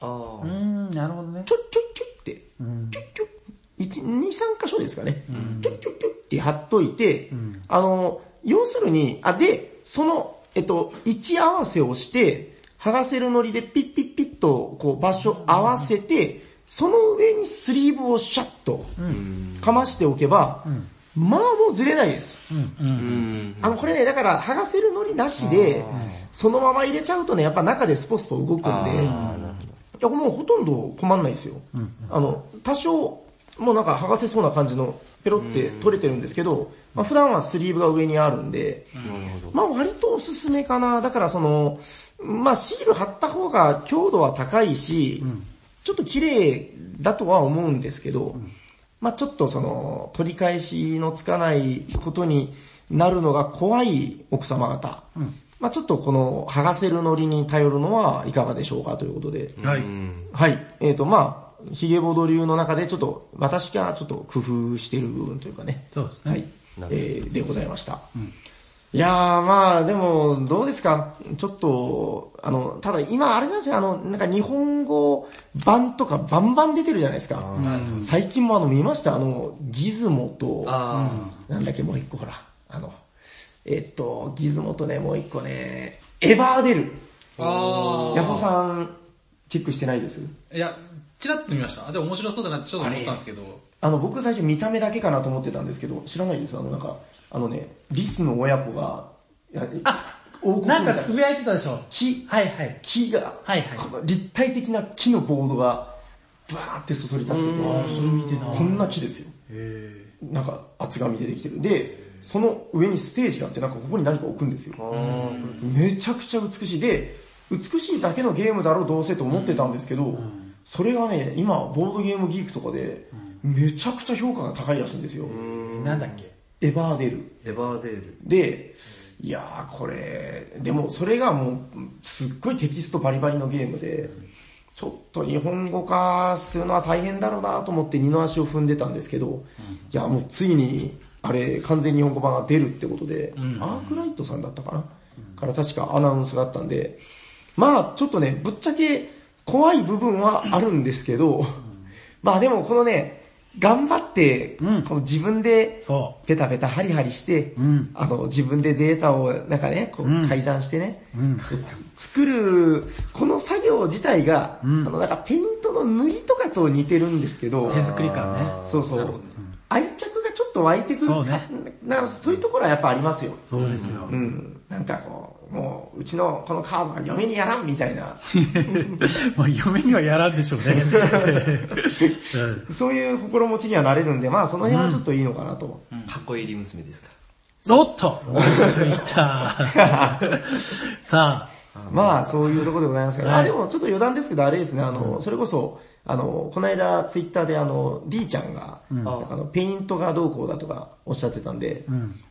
Speaker 2: あ
Speaker 1: い。うー
Speaker 2: ー
Speaker 1: ん、なるほどね。
Speaker 4: ちょっちょっちょって、ちょっちょっ、一二三箇所ですかね、ちょっちょっちょって貼っといて、あの、要するに、あ、で、その、えっと、位置合わせをして、剥がせるのりでピッピッピッと、こう、場所合わせて、その上にスリーブをシャッと、かましておけば、まあもうずれないです。
Speaker 2: うん。
Speaker 4: あの、これね、だから、剥がせるのりなしで、そのまま入れちゃうとね、やっぱ中でスポスポ動くんで、いや、もうほとんど困んないですよ。あの、多少、もうなんか剥がせそうな感じの、ペロって取れてるんですけど、まあ、普段はスリーブが上にあるんで、まあ割とおすすめかな。だからその、まあシール貼った方が強度は高いし、ちょっと綺麗だとは思うんですけど、まあちょっとその、取り返しのつかないことになるのが怖い奥様方。まあちょっとこの、剥がせるノリに頼るのはいかがでしょうかということで。
Speaker 1: はい。
Speaker 4: はい。えっ、とまあヒゲボード流の中でちょっと、私がちょっと工夫している部分というかね。
Speaker 1: そうですね。
Speaker 4: はい。えーでございました。いやーまあでもどうですかちょっと、あの、ただ今あれなんですよ、あの、なんか日本語版とかバンバン出てるじゃないですか。最近もあの見ましたあの、ギズモと、
Speaker 2: あ
Speaker 4: なんだっけもう一個ほら、あの、えっと、ギズモとね、もう一個ね、エバーデル。
Speaker 5: あ
Speaker 4: ヤホーさん、チェックしてないです
Speaker 5: ー。いや、チラッと見ました。でも面白そうだなってちょっと思ったんですけど。
Speaker 4: あの、僕最初見た目だけかなと思ってたんですけど、知らないですあの、なんか、あのね、リスの親子が、いや
Speaker 1: あ
Speaker 4: 王国みた
Speaker 1: ないん
Speaker 4: な
Speaker 1: かつぶやいてたでしょ。
Speaker 4: 木、
Speaker 1: はいはい。
Speaker 4: 木が、
Speaker 1: はいはい
Speaker 4: この立体的な木のボードが、バーってそそり立ってて、こんな木ですよ。なんか厚紙でできてる。で、その上にステージがあって、なんかここに何か置くんですよ。めちゃくちゃ美しい。で、美しいだけのゲームだろうどうせと思ってたんですけど、それがね、今、ボードゲームギークとかで、めちゃくちゃ評価が高いらしいんですよ。
Speaker 1: なんだっけ
Speaker 4: エバーデル。
Speaker 2: エバーデール。
Speaker 4: で、いやーこれ、でもそれがもう、すっごいテキストバリバリのゲームで、ちょっと日本語化するのは大変だろうなと思って二の足を踏んでたんですけど、いやもうついに、あれ、完全日本語版が出るってことで、アークライトさんだったかな、から確かアナウンスがあったんで、まあちょっとね、ぶっちゃけ怖い部分はあるんですけど、まあでもこのね、頑張って、この自分で
Speaker 1: そ
Speaker 4: ペタペタハリハリして、あの自分でデータをなんかね、こう改ざんしてね、作る、この作業自体が、あのなんかペイントの塗りとかと似てるんですけど、
Speaker 1: 手作り感ね。
Speaker 4: そうそう、愛着がちょっと湧いてくる
Speaker 1: そうね
Speaker 4: ななそういうところはやっぱありますよ。
Speaker 1: そうですよ。
Speaker 4: うん。なんかこう、もう、うちのこのカードは嫁にやらんみた いな、
Speaker 1: まあ、嫁にはやらんでしょう ね。
Speaker 4: そういう心持ちにはなれるんで、まあその辺はちょっといいのかなと。
Speaker 2: 箱入り娘ですか
Speaker 1: おっとおっとい った。さあ、
Speaker 4: まあ、そういうところでございますけど、まあでもちょっと余談ですけど、あれですね、あの、それこそ、あの、この間ツイッターであの、D ちゃんが、なんかあの、ペイントがどうこうだとかおっしゃってたんで、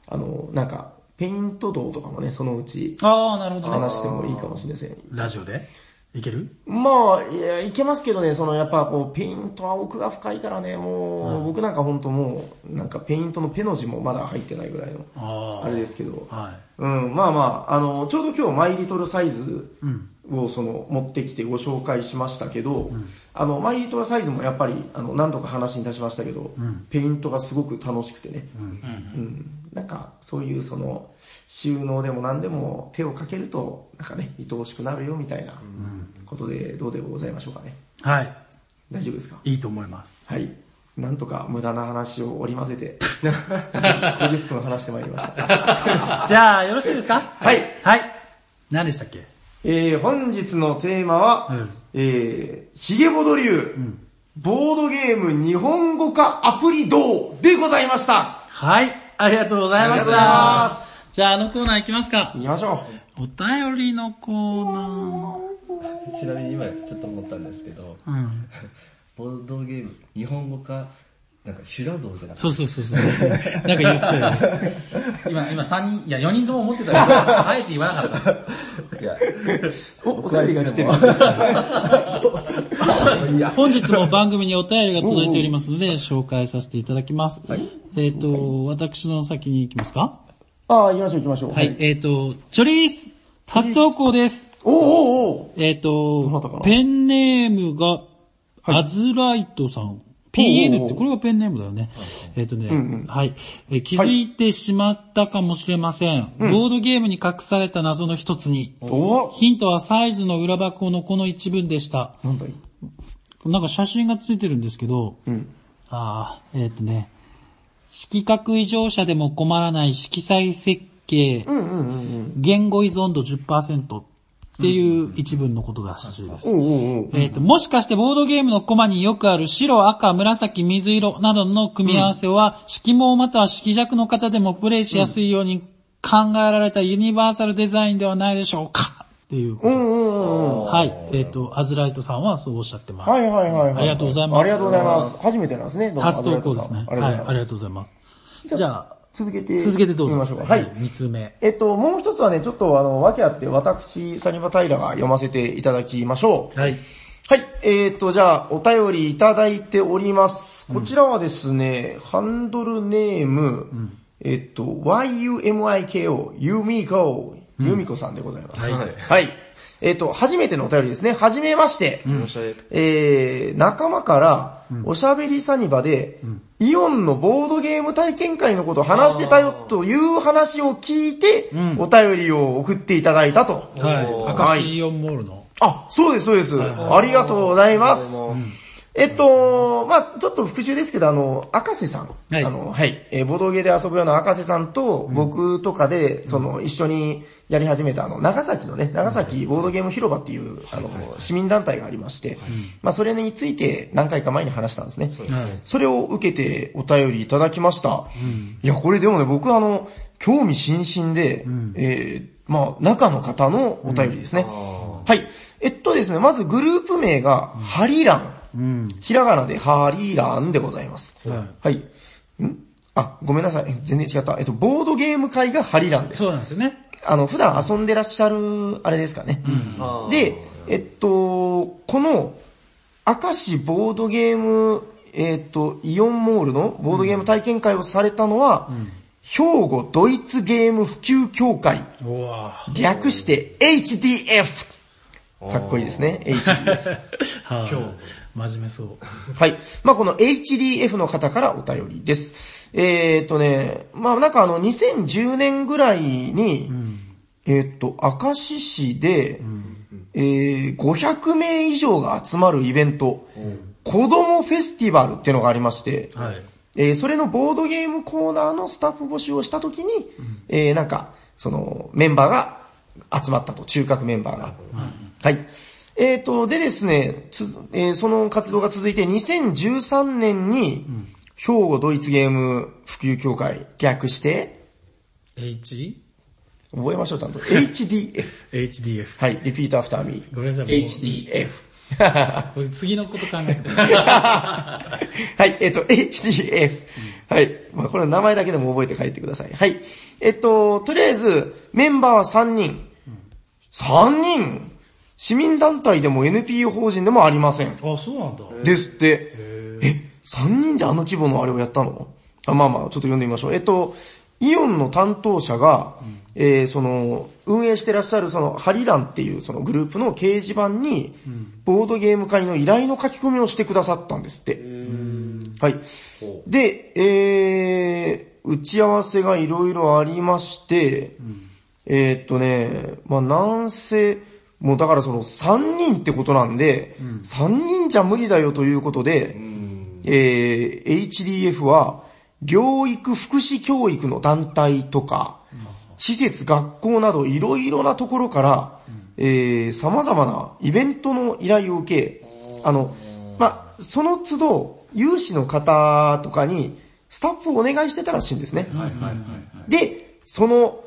Speaker 4: あの、なんか、ペイント道とかもね、そのうち
Speaker 1: ああ、なるほどね。
Speaker 4: 話してもいいかもしれません。
Speaker 1: ラジオでいける
Speaker 4: まあ、いや、いけますけどね、そのやっぱこう、ペイントは奥が深いからね、もう、僕なんかほんともう、なんかペイントのペの字もまだ入ってないぐらいの、
Speaker 1: あ
Speaker 4: あれですけど、
Speaker 1: あ。はい。
Speaker 4: うん、まあまあ、あの、ちょうど今日マイリトルサイズをその、持ってきてご紹介しましたけど、あの、マイリトルサイズもやっぱり、あの、何度か話に出しましたけど、ペイントがすごく楽しくてね、うんなんか、そういうその、収納でも何でも手をかけると、なんかね、愛おしくなるよみたいなことで、どうでございましょうかね。
Speaker 1: はい。
Speaker 4: 大丈夫ですか
Speaker 1: いいと思います。
Speaker 4: はい。なんとか無駄な話を織り交ぜて、50分話してまいりました。
Speaker 1: じゃあ、よろしいですか
Speaker 4: はい。
Speaker 1: はい。何でしたっけ
Speaker 4: えー、本日のテーマは、
Speaker 1: うん
Speaker 4: えー、ひげぼど流、ボードゲーム日本語化アプリどうでございました。
Speaker 1: はい。ありがとうございました。
Speaker 4: ありがとうございます
Speaker 1: じゃあ、あのコーナー行きますか
Speaker 4: 行。きましょ
Speaker 1: お便りのコーナ
Speaker 2: らちなみに今ちょっと思ったんですけど、
Speaker 1: ー。うん。
Speaker 2: ボードゲーム、日本語か、なんか修羅道じゃなくて、
Speaker 1: そうそうそうそう。なんか言ってたよね。
Speaker 5: 今、今3人、いや4人とも思ってたけど、あえて言わなかったで
Speaker 2: いや、
Speaker 4: う。お、お便りが来てる。
Speaker 1: 本日も番組にお便りが届いておりますので、紹介させていただきます。えっ、と、私の先に行きますか
Speaker 4: ああ、行きましょう行きましょう。
Speaker 1: はい、。えっ、と、チョリース初投稿です。
Speaker 4: おーおーお
Speaker 1: えっ、
Speaker 4: なたか
Speaker 1: と
Speaker 4: な、
Speaker 1: ペンネームが、アズライトさん。PN って、これがペンネームだよね。えっ、とね、はい、えー気づいてしまったかもしれません。ボードゲームに隠された謎の一つに、
Speaker 4: ーおー
Speaker 1: ヒントはサイズの裏箱のこの一文でした。
Speaker 4: なんだい
Speaker 1: なんか写真がついてるんですけど、ああ、えっ、とね、色覚異常者でも困らない色彩設計、
Speaker 4: うんうんうんうん。
Speaker 1: 言語依存度10%っていう一文のことらしいです。
Speaker 4: おーおーおー
Speaker 1: えっ、と、もしかしてボードゲームのコマによくある白、赤、紫、水色などの組み合わせは、色盲または色弱の方でもプレイしやすいように考えられたユニバーサルデザインではないでしょうかっていうこと
Speaker 4: うんうんうんうん。
Speaker 1: はい。えっ、と、アズライトさんはそうおっしゃってます。
Speaker 4: はいはいはいはい。
Speaker 1: ありがとうございます
Speaker 4: ありがとうございます。初めてなんですね。どうも
Speaker 1: 初投稿ですね。
Speaker 4: あ
Speaker 1: はい、
Speaker 4: りが
Speaker 1: あ
Speaker 4: とうござい
Speaker 1: り
Speaker 4: ます。
Speaker 1: がとうございます。じゃあ、
Speaker 4: 続けて、
Speaker 1: 続けてどうぞ。
Speaker 4: 行きましょうか。はい。
Speaker 1: 三つ目。
Speaker 4: えっと、もう一つはね、ちょっとあの、訳あって、私、サニバタイラが読ませていただきましょう。
Speaker 1: はい。
Speaker 4: はい、えー、と、じゃあ、お便りいただいております。こちらはですね、ハンドルネーム、えっと、YUMIKO、ユミコ、ユミコさんでございます。
Speaker 2: はい
Speaker 4: はい。えっと、初めてのお便りですね。はじめまして。
Speaker 2: 申し訳
Speaker 4: えー、仲間から、おしゃべりサニバで、イオンのボードゲーム体験会のことを話してたよという話を聞いて、お便りを送っていただいたと。
Speaker 1: はい。
Speaker 4: は
Speaker 1: 明
Speaker 4: い
Speaker 1: 石イオンモールの。
Speaker 4: あ、そうです、そうです。ありがとうございます。えっと、まあちょっと復習ですけど、あの、赤瀬さん。
Speaker 1: はい
Speaker 4: あの、はい。えーボドゲで遊ぶような赤瀬さんと、僕とかで、その、一緒にやり始めた、あの、長崎のね、長崎ボードゲーム広場っていう、あの、市民団体がありまして、まあそれについて何回か前に話したんですね。それを受けてお便りいただきました。いや、これでもね、僕あの、興味津々で、えーまあ中の方のお便りですね。はい。えっとですね、まずグループ名が、ハリラン。ひらがなでハリランでございます。はい。んあ、ごめんなさい。全然違った。えっと、ボードゲーム会がハリランです。
Speaker 1: そうなんですよね。
Speaker 4: あの、普段遊んでらっしゃる、あれですかね。で、えっと、この、明石ボードゲーム、えっと、イオンモールのボードゲーム体験会をされたのは、兵庫ドイツゲーム普及協会。略して HDF。かっこいいですね、HDF。
Speaker 1: 今日、真面目そう。
Speaker 4: はい。まあ、この HDF の方からお便りです。えーっとね、まあ、なんかあの、2010年ぐらいに、えーっと、明石市で、えー500名以上が集まるイベント、子供フェスティバルっていうのがありまして、
Speaker 5: はい。
Speaker 4: えーそれのボードゲームコーナーのスタッフ募集をしたときに、えーなんか、その、メンバーが集まったと、中核メンバーが。はい。えっ、と、でですね、つえーその活動が続いて2013年に、兵庫ドイツゲーム普及協会、略して、
Speaker 1: H?
Speaker 4: 覚えましょ う、ちゃんと。HDF。
Speaker 1: HDF。
Speaker 4: はい、リピートアフターミー。
Speaker 1: ごめんなさい。もう
Speaker 4: HDF。
Speaker 1: これ次のこと考えて。
Speaker 4: はい、えっ、と、HDF。はい。まあ、これ名前だけでも覚えて帰ってください。はい。えっ、と、とりあえず、メンバーは3人。3人市民団体でも NPO 法人でもありません。
Speaker 1: あ、そうなんだ。
Speaker 4: ですって。え、3人であの規模のあれをやったのあまあまあ、ちょっと読んでみましょう。えっと、イオンの担当者が、えーその、運営してらっしゃるその、ハリランっていうそのグループの掲示板に、ボードゲーム会の依頼の書き込みをしてくださったんですって。はい。で、えー、打ち合わせがいろいろありまして、えーっとね、まあなんせ、もうだからその3人ってことなんで、3人じゃ無理だよということで、えー HDF は、療育福祉教育の団体とか、施設、学校などいろいろなところから、えー様々なイベントの依頼を受け、あの、まあ、その都度、有志の方とかに、スタッフをお願いしてたらしいんですね。で、その、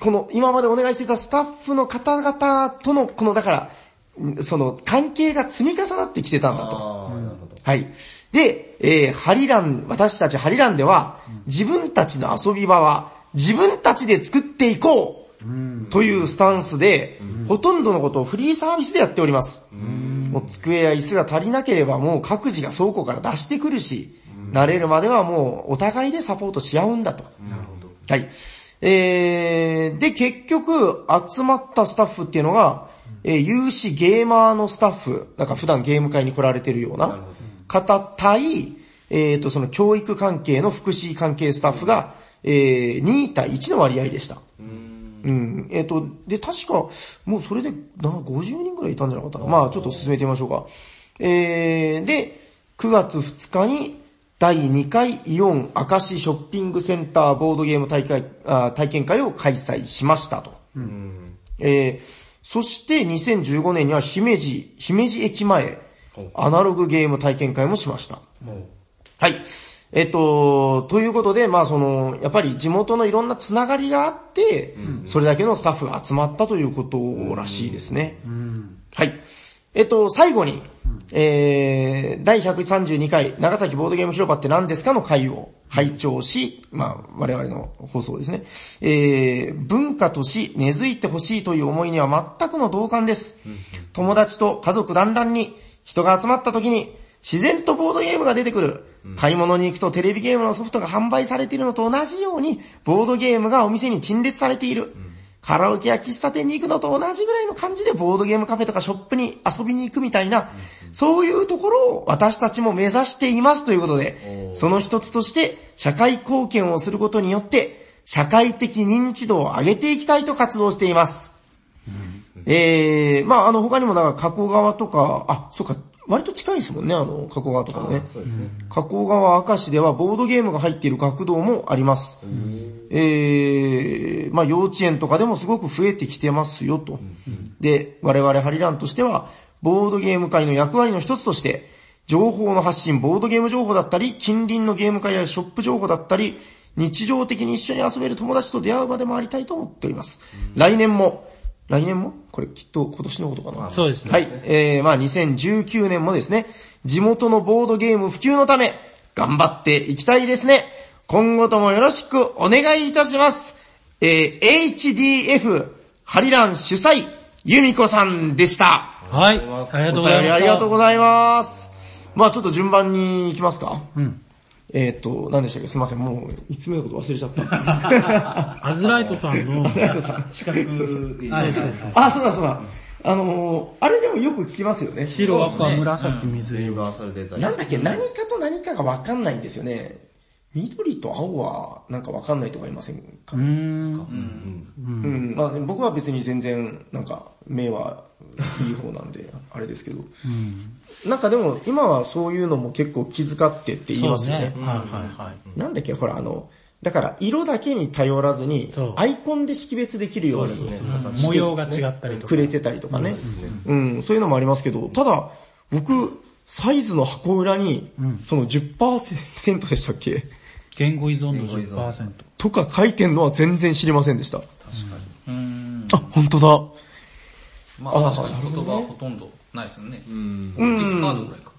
Speaker 4: この今までお願いしてたスタッフの方々との、このだから、んその関係が積み重なってきてたんだと。はい。で、えーハリラン、私たちハリランでは、自分たちの遊び場は自分たちで作っていこうというスタンスで、ほとんどのことをフリーサービスでやっております。もう机や椅子が足りなければもう各自が倉庫から出してくるし、慣れるまではもうお互いでサポートし合うんだと。はい。えー、で、結局、集まったスタッフっていうのが、えー有志ゲーマーのスタッフ、なんか普段ゲーム会に来られてるような方対、えーと、その教育関係の福祉関係スタッフが、えー、2対1の割合でした。うん。えっ、と、で、確か、もうそれで、な、50人ぐらいいたんじゃなかったかな。まあ、ちょっと進めてみましょうか。えー、で、9月2日に、第2回イオン明石ショッピングセンターボードゲーム大会、あ体験会を開催しましたと。えー、そして2015年には姫路、姫路駅前、アナログゲーム体験会もしました。はい。えっと、ということで、まあその、やっぱり地元のいろんなつながりがあって、それだけのスタッフが集まったということらしいですね。はい。えっと、最後に、えー、第132回長崎ボードゲーム広場って何ですかの回を拝聴し、まあ我々の放送ですね。えー、文化とし根付いてほしいという思いには全くの同感です。友達と家族団らんに人が集まった時に自然とボードゲームが出てくる。買い物に行くとテレビゲームのソフトが販売されているのと同じように、ボードゲームがお店に陳列されている。カラオケや喫茶店に行くのと同じぐらいの感じでボードゲームカフェとかショップに遊びに行くみたいな、そういうところを私たちも目指していますということで、その一つとして社会貢献をすることによって、社会的認知度を上げていきたいと活動しています。ええまああの他にもなんか加古川とか、あ、そうか、割と近いですもんね、あの、加古川とかもね。加古川明石ではボードゲームが入っている学童もあります。ええまあ幼稚園とかでもすごく増えてきてますよと。で、我々ハリランとしては、ボードゲーム界の役割の一つとして、情報の発信、ボードゲーム情報だったり、近隣のゲーム会やショップ情報だったり、日常的に一緒に遊べる友達と出会う場でもありたいと思っております。来年も、来年もこれきっと今年のことかな。
Speaker 1: そうですね
Speaker 4: はい。えー、まあ2019年もですね、地元のボードゲーム普及のため、頑張っていきたいですね。今後ともよろしくお願いいたします。えー、HDF、ハリラン主催、由美子さんでした。
Speaker 1: はい。ありがとう
Speaker 4: お
Speaker 1: ござ
Speaker 4: 便
Speaker 1: い
Speaker 4: り
Speaker 1: ま
Speaker 4: ありがとう
Speaker 1: す。
Speaker 4: ございます。まあちょっと順番に行きますか。
Speaker 1: うん。
Speaker 4: えっ、と、何でしたっけすいません。もう、いつ目のこと忘れち ゃった。
Speaker 1: アズライトさん の、
Speaker 5: 四角い。
Speaker 1: あれですね
Speaker 4: あ、そうだそうだ。あのー、あれでもよく聞きますよね。
Speaker 1: 白、赤、紫、水色。
Speaker 2: ユニバーサルデザイン。
Speaker 4: なんだっけ、何かと何かがわかんないんですよね。緑と青はなんかわかんないとかいませんか、うん、まあ僕は別に全然なんか目はいい方なんで、あれですけど。なんかでも今はそういうのも結構気遣ってって言いますよね。
Speaker 1: はいはいはい。
Speaker 4: なんだっけ、ほらあの、だから色だけに頼らずに
Speaker 1: そう
Speaker 4: アイコンで識別できるように
Speaker 1: 模様が違ったりとか
Speaker 4: く。れてたりとかね。うん、そういうのもありますけど、ただ、僕、サイズの箱裏に、その10%でしたっけ
Speaker 1: 言語依存度10%。
Speaker 4: とか書いてんのは全然知りませんでした。確かに。あ、本当だ。
Speaker 5: ま
Speaker 4: あ
Speaker 5: あ
Speaker 4: ー
Speaker 5: 確かに言葉はほとんどないですよね。
Speaker 2: うん。
Speaker 5: オルティスカードぐらいか。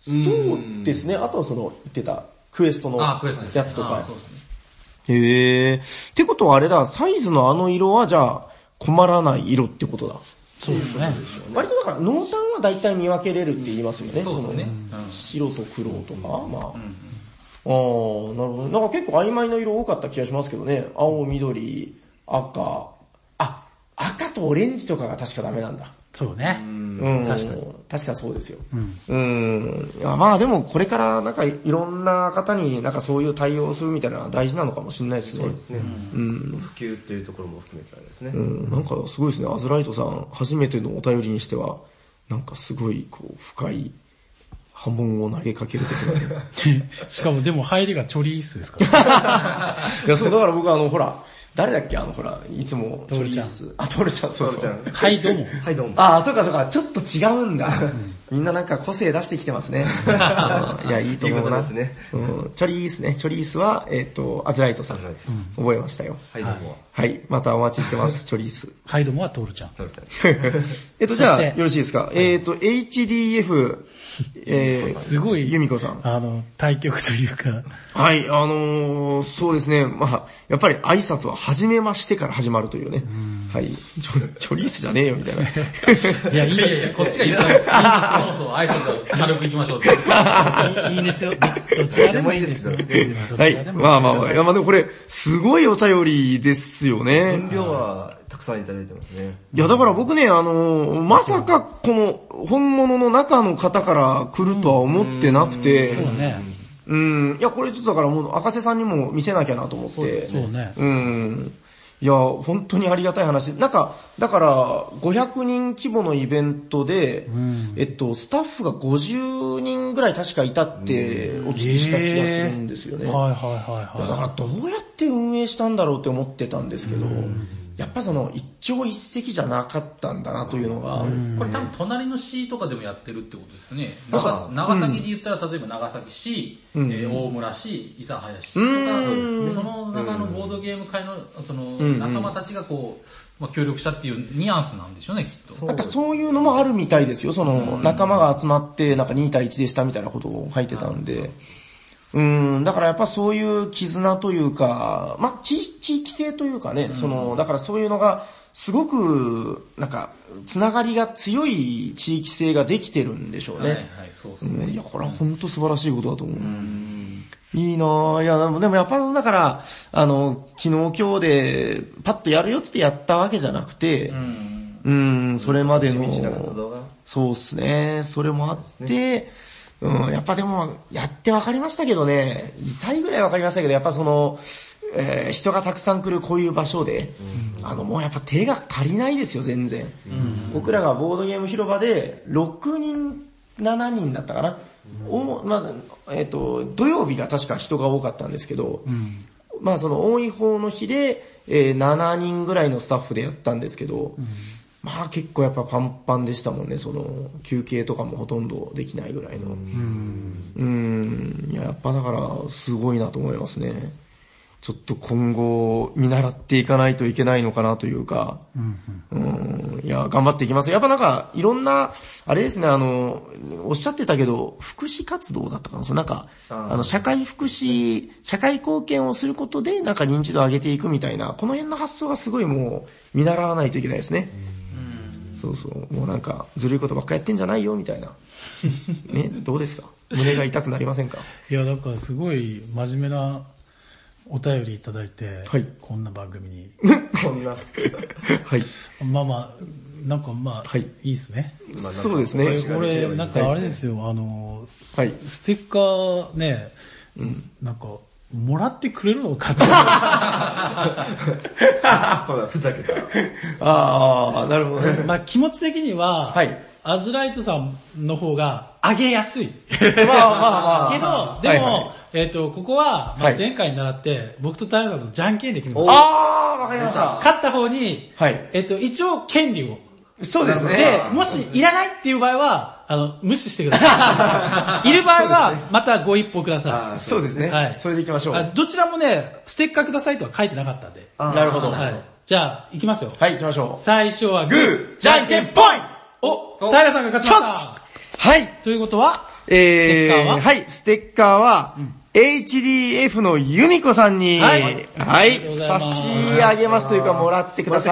Speaker 4: そうですね。あとはその、言ってた、クエストの
Speaker 5: あー、クエストですね。
Speaker 4: やつと
Speaker 5: あ
Speaker 4: か
Speaker 5: ーそ。うですね。
Speaker 4: へえ。ってことはあれだ、サイズのあの色はじゃあ、困らない色ってことだ。
Speaker 1: そうですね。
Speaker 4: 割とだから、濃淡は大体見分けれるって言いますよね。
Speaker 5: そうですね。
Speaker 4: その白と黒とか、まあ。ああ、なるほど。なんか結構曖昧な色多かった気がしますけどね。青、緑、赤。あ、赤とオレンジとかが確かダメなんだ。
Speaker 1: そうね。
Speaker 4: うん。確かに。確かそうですよ。うん。いやまあでもこれからなんかいろんな方になんかそういう対応をするみたいなのは大事なのかもしれないですね。
Speaker 2: そうですね。うん。普及というところも含めてあれですね。
Speaker 4: うん。なんかすごいですね。アズライトさん、初めてのお便りにしては、なんかすごいこう深い波紋を投げかける的なね。
Speaker 1: しかもでも入りがチョリースですから。
Speaker 4: いや、そう、だから僕あの、ほら、誰だっけあの、ほら、いつも、
Speaker 1: トールちゃん
Speaker 4: チョリースあ、トールちゃん、そうそ
Speaker 2: じゃ
Speaker 4: う。
Speaker 2: あ
Speaker 1: はい、どうも。
Speaker 2: はい、どうも。
Speaker 4: ああ、そうかそうか、ちょっと違うんだ。みんななんか個性出してきてますね。うん いや、いいと思うな。
Speaker 2: いいことですね
Speaker 4: うん、チョリースね。チョリースは、えっ、と、アズライトさん。
Speaker 2: アズライトさん
Speaker 4: 覚えましたよ。
Speaker 2: はい、どうも。
Speaker 4: はい、またお待ちして ます、チョリース。
Speaker 1: はい、どうもはトールちゃん。
Speaker 2: トルちゃん。
Speaker 4: えっと、じゃあ、
Speaker 1: そし
Speaker 4: よ
Speaker 1: て
Speaker 4: ろしいですか。えっ、と、HDF、えー、
Speaker 1: すごい
Speaker 4: ユミコさん。
Speaker 1: あの、対局というか、
Speaker 4: はい、あのー、そうですね。まあ、やっぱり挨拶は初めましてから始まるというね。はい。ちょ、ちょりーすじゃねえよ、みたいな。
Speaker 1: いや、いい
Speaker 5: いやい
Speaker 1: で
Speaker 5: や、こっちが言ったんですよ。そうそう、挨拶を軽く行きましょうって。
Speaker 1: す よ。いいですよ。どっちらでもいいですよ。ど
Speaker 4: は
Speaker 1: ちらで
Speaker 4: い。
Speaker 1: も
Speaker 4: まあまあまあ、いやまあでもこれ、すごいお便りですよ
Speaker 2: 分
Speaker 4: ね。
Speaker 2: 量はたくさんいただいてますね。
Speaker 4: いやだから僕ね、あのー、まさかこの本物の中の方から来るとは思ってなくて、
Speaker 1: そうね。
Speaker 4: うん、いやこれちょっとだからもう赤瀬さんにも見せなきゃなと思って、
Speaker 1: そうね。
Speaker 4: うん。いや、本当にありがたい話。なんか、だから、500人規模のイベントで、えっと、スタッフが50人ぐらい確かいたってお聞きした気がするんですよね。
Speaker 1: はいはいはい
Speaker 4: だ
Speaker 1: は
Speaker 4: からどうやって運営したんだろうって思ってたんですけど、やっぱその一朝一夕じゃなかったんだなというのが、
Speaker 5: これ多分隣の市とかでもやってるってことですよね。
Speaker 4: だ
Speaker 5: 長
Speaker 4: から
Speaker 5: 長崎で言ったら、例えば長崎市、えー大村市、諫早市と
Speaker 4: う
Speaker 5: か、その中のボードゲーム会のその仲間たちがこう、まあ、協力したっていうニュアンスなんでしょうね、きっと。
Speaker 4: なんかそういうのもあるみたいですよ。その仲間が集まって、なんか2対1でしたみたいなことを書いてたんで。うん、だからやっぱそういう絆というか、まあ、地地域性というかね、その、だからそういうのが、すごく、なんか、つながりが強い地域性ができてるんでしょう
Speaker 5: はい
Speaker 4: ね。
Speaker 5: はい、そうです
Speaker 4: うんい
Speaker 5: ね。
Speaker 4: や、これは本当素晴らしいことだと思う。いいなぁ。いや、でもでもやっぱだから、あの、昨日今日で、パッとやるよっつってやったわけじゃなくて、
Speaker 5: うん。
Speaker 4: うん、それまでの、
Speaker 2: 地道な活動が。
Speaker 4: そうっすね、それもあって、うん、やっぱでも、やってわかりましたけどね、痛いぐらいわかりましたけど、やっぱその、えー人がたくさん来るこういう場所で、あの、もうやっぱ手が足りないですよ、全然。僕らがボードゲーム広場で、6人、7人だったかな。おまあ、えっ、と、土曜日が確か人が多かったんですけど、まあその多い方の日で、えー7人ぐらいのスタッフでやったんですけど、まあ結構やっぱパンパンでしたもんね、その休憩とかもほとんどできないぐらいの。うん。いや、やっぱだからすごいなと思いますね。ちょっと今後見習っていかないといけないのかなというか、うんいや、頑張っていきます。やっぱなんか、いろんな、あれですね、あの、おっしゃってたけど、福祉活動だったかな、そのなんか、
Speaker 2: あー
Speaker 4: あの、社会福祉、社会貢献をすることで、なんか認知度を上げていくみたいな、この辺の発想がすごいもう、見習わないといけないですね。
Speaker 5: うん
Speaker 4: そうそう。もうなんか、ずるいことばっかやってんじゃないよ、みたいな。ね、どうですか胸が痛くなりませんか
Speaker 1: いや、だからすごい真面目なお便りいただいて、
Speaker 4: はい
Speaker 1: こんな番組に。
Speaker 4: こんな。 はい。
Speaker 1: まあまあ、なんかまあ、
Speaker 4: はい
Speaker 1: いいですね。
Speaker 4: そうです
Speaker 1: これ、
Speaker 4: ね。
Speaker 1: これ、なんかあれですよ、あの、
Speaker 4: はい。
Speaker 1: ステッカーね、なんか、もらってくれるのか な
Speaker 2: ほら、ふざけた。
Speaker 4: ああ、なるほどね。
Speaker 1: まあ気持ち的には、
Speaker 4: はい
Speaker 1: アズライトさんの方が上げや すい。
Speaker 4: まあまあ
Speaker 1: け
Speaker 4: まあ。
Speaker 1: ど、でも、
Speaker 4: はいはい
Speaker 1: えっ、と、ここは、ま
Speaker 4: は
Speaker 1: あ、
Speaker 4: い
Speaker 1: 前回に習って、僕とタイガーのじゃんけんで決めました。
Speaker 4: ああ、わかりました。
Speaker 1: 勝った方に、
Speaker 4: はい。
Speaker 1: えっ、と、一応、権利を。
Speaker 4: そうです
Speaker 1: で
Speaker 4: ね。、
Speaker 1: もし、いらないっていう場合は、あの、無視してくだ さい。いる場合は、またご一報ください。
Speaker 4: そうですね。
Speaker 1: はい
Speaker 4: それで行きましょう。
Speaker 1: あどちらもね、ステッカーくださいとは書いてなかったんで。
Speaker 4: なるほど。は、
Speaker 1: はいい。じゃあ、行きますよ。
Speaker 4: 行きましょ
Speaker 1: 最初は
Speaker 4: う。
Speaker 1: グ
Speaker 4: グ
Speaker 1: ー、
Speaker 4: ー、
Speaker 1: じ
Speaker 4: じ
Speaker 1: ゃ
Speaker 4: ゃ
Speaker 1: ん
Speaker 4: ん
Speaker 1: け
Speaker 4: け
Speaker 1: ん
Speaker 4: ん
Speaker 1: ぽ
Speaker 4: ぽ
Speaker 1: ん
Speaker 4: ん
Speaker 1: お、平さんが勝ちま
Speaker 4: ちょ
Speaker 1: した。
Speaker 4: はい。
Speaker 1: ということは、
Speaker 4: え
Speaker 1: ステッカーは
Speaker 4: ー、はい、ステッカーは、HDF のユミコさんに、
Speaker 1: は
Speaker 4: はいい、
Speaker 1: ありがとうございま
Speaker 4: 差
Speaker 1: す
Speaker 4: し上げますというか、もらってくださ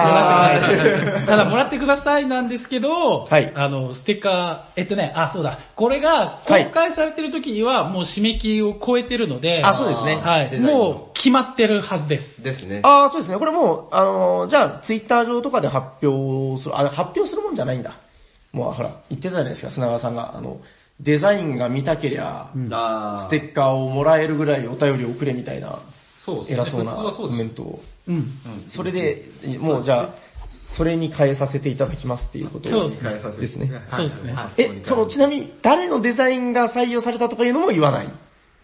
Speaker 1: ただもらってくださいなんですけど、
Speaker 4: はい
Speaker 1: あの、ステッカー、えっとね、あ、そうだ、これが公開されてる時にはもう締め切りを超えてるので、
Speaker 4: あそうですね
Speaker 1: はい、
Speaker 2: デザインの
Speaker 1: もう決まってるはずです。
Speaker 2: ですね
Speaker 4: い。。ああ、そうですね。これもう、あのー、じゃあ、ツイッター上とかで発表する、あ、発表するもんじゃないんだ。もう、ほら、言ってたじゃないですか、砂川さんが。あの、デザインが見たけりゃ、
Speaker 2: あー
Speaker 4: ステッカーをもらえるぐらいお便りをくれみたいな、
Speaker 5: そうですね。
Speaker 4: 偉そうな
Speaker 5: 普通はそ
Speaker 4: コ
Speaker 5: うで
Speaker 4: メ
Speaker 5: す
Speaker 4: ントを。それで、もうじゃあ、それに変えさせていただきますっていうこと
Speaker 1: そう
Speaker 4: を
Speaker 1: で。すね。
Speaker 4: ですね。
Speaker 1: そうですね。
Speaker 4: え、その、ちなみに、誰のデザインが採用されたとかいうのも言わない。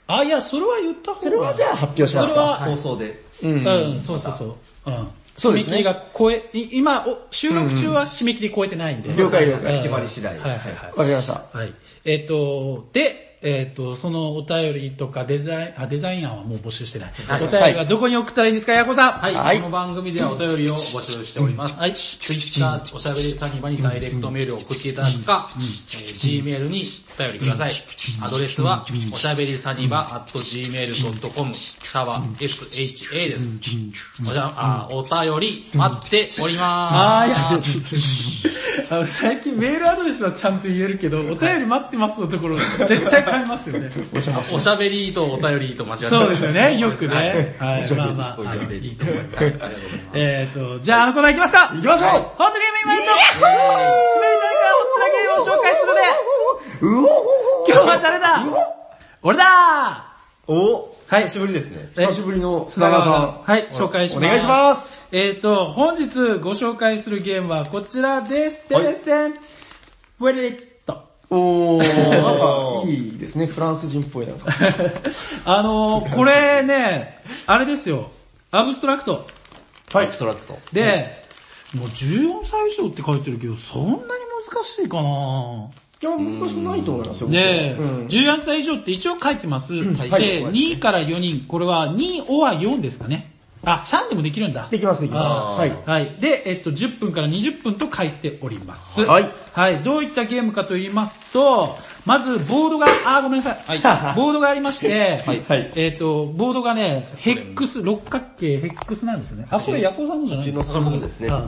Speaker 1: あ、いや、それは言った方が。
Speaker 4: それはじゃあ発表します
Speaker 1: それは
Speaker 4: か。
Speaker 2: 放送で。
Speaker 1: うん、うん、そうそうそう。うん。
Speaker 4: そ
Speaker 1: 締
Speaker 4: うで
Speaker 1: め
Speaker 4: す
Speaker 1: 切
Speaker 4: ね
Speaker 1: りが超え、い今、お収録中は締め切り超えてないんで。
Speaker 4: 了解了
Speaker 1: うん
Speaker 4: 解。
Speaker 2: 決まり次第
Speaker 1: はいはいはい。
Speaker 4: わかりました。
Speaker 1: はい。えっ、と、で、えっ、と、そのお便りとかデザイン、あ、デザイン案はもう募集してない。
Speaker 5: はい
Speaker 1: お便りはどこに送ったらいいんですか、ヤコさん。
Speaker 5: はい、
Speaker 4: はい
Speaker 5: この番組ではお便りを募集しております。
Speaker 1: はい
Speaker 5: Twitter、おしゃべりサニバにダイレクトメールを送っていただくか、えー Gmail にお便りください。アドレスは、おしゃべりサニバ at gmail.com、シャワー sha です。おじゃあお便り待っておりま
Speaker 1: あ
Speaker 5: ーす。
Speaker 1: ーいや、あの最近メールアドレスはちゃんと言えるけど、お便り待ってますのところ、絶対変えますよね。
Speaker 5: おしゃべりとお便りと間違って
Speaker 1: そうですよね、よくね。はい、まあまあはい、いいと思います。えっと、じゃああのコーナー行きますか行きましょうホットゲーム今やると滑り台からホットなゲームを紹介するので、
Speaker 4: うおほほ
Speaker 1: 今日は誰だ俺だ
Speaker 2: おはい、久しぶりですね。
Speaker 4: 久しぶりの砂川さん。
Speaker 1: はい、紹介します。
Speaker 4: お願いします。
Speaker 1: えっ、と、本日ご紹介するゲームはこちらです。てれせん。プレット。
Speaker 4: おー、なんかいいですね。フランス人っぽいなんか。
Speaker 1: あのー、これね、あれですよ。アブストラクト。
Speaker 2: はい。ストラクト。
Speaker 1: で、もう14歳以上って書いてるけど、そんなに難しいかない
Speaker 4: や、難しくないと思いますよ。
Speaker 1: で、
Speaker 4: 僕うん
Speaker 1: 14歳以上って一応書いてます。で、2から4人、これは2、おは4ですかね。あ、3でもできるんだ。
Speaker 4: できます、できます。はい。
Speaker 1: はい。で、えっと、10分から20分と書いております。
Speaker 4: はい。
Speaker 1: はい。どういったゲームかと言いますと、まず、ボードが、あー、ごめんなさい。はい。ボードがありまして、はい
Speaker 4: はい
Speaker 1: えっと、ボードがね、ヘックス、六角形ヘックスなんですね。あ、これヤコウさんのじゃないう
Speaker 2: ちのそのものですね
Speaker 1: あはい。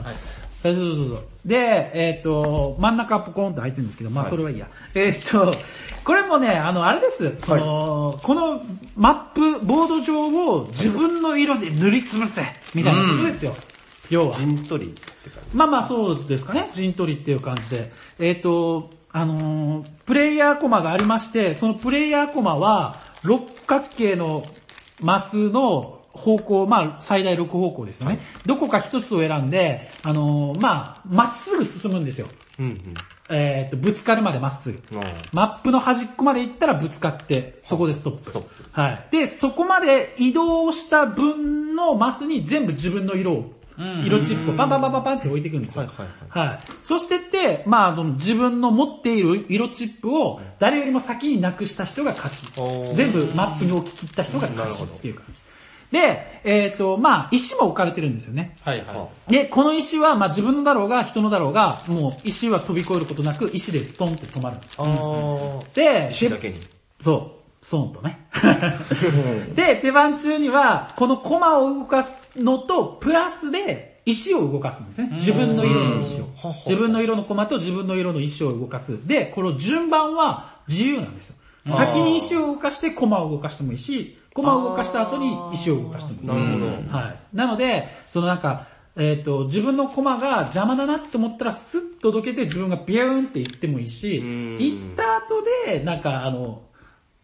Speaker 1: そうそうそうそう。で、えっ、と、真ん中ポコンと入ってるんですけど、まあそれはいいや。えっ、と、これもね、あの、あれです。その、このマップ、ボード上を自分の色で塗りつぶせ、みたいなことですよ。 要は。
Speaker 2: 陣取りって感じ。
Speaker 1: まあまあそうですかね、陣取りっていう感じで。えっ、と、あのープレイヤーコマがありまして、そのプレイヤーコマは、六角形のマスの方向、まあ最大6方向ですよね。どこか一つを選んで、あのーまあ、まっすぐ進むんですよ。
Speaker 2: うんうん。
Speaker 1: えっ、と、ぶつかるまでまっすぐ。
Speaker 2: あー
Speaker 1: マップの端っこまで行ったらぶつかって、そこでストップ。
Speaker 2: ストップ
Speaker 1: はい。で、そこまで移動した分のマスに全部自分の色を、色チップをパンパンパンパンパンって置いていくんですよ。
Speaker 2: はいはい
Speaker 1: はい。そしてって、まあ、あの自分の持っている色チップを誰よりも先になくした人が勝ち
Speaker 2: お。ー
Speaker 1: 全部マップに置き切った人が勝ちっていう感じ。で、えっ、と、まあ、石も置かれてるんですよね。
Speaker 5: はいは
Speaker 1: で、この石は、まあ、自分のだろうが、人のだろうが、もう石は飛び越えることなく、石でストンって止まるんです。
Speaker 2: あー。
Speaker 1: で、
Speaker 2: 石だけに。
Speaker 1: そう、ストンとね。で、手番中には、このコマを動かすのと、プラスで、石を動かすんですね。自分の色の石を。自分の色の駒と自分の色の石を動かす。で、この順番は自由なんですよ。先に石を動かして駒を動かしてもいいし、駒を動かした後に石を動かしてもいい。
Speaker 2: なるほど。
Speaker 1: はい。なので、そのなんか、えっ、と、自分の駒が邪魔だなって思ったらスッとどけて自分がビューンって行ってもいいし、行った後で、なんかあの、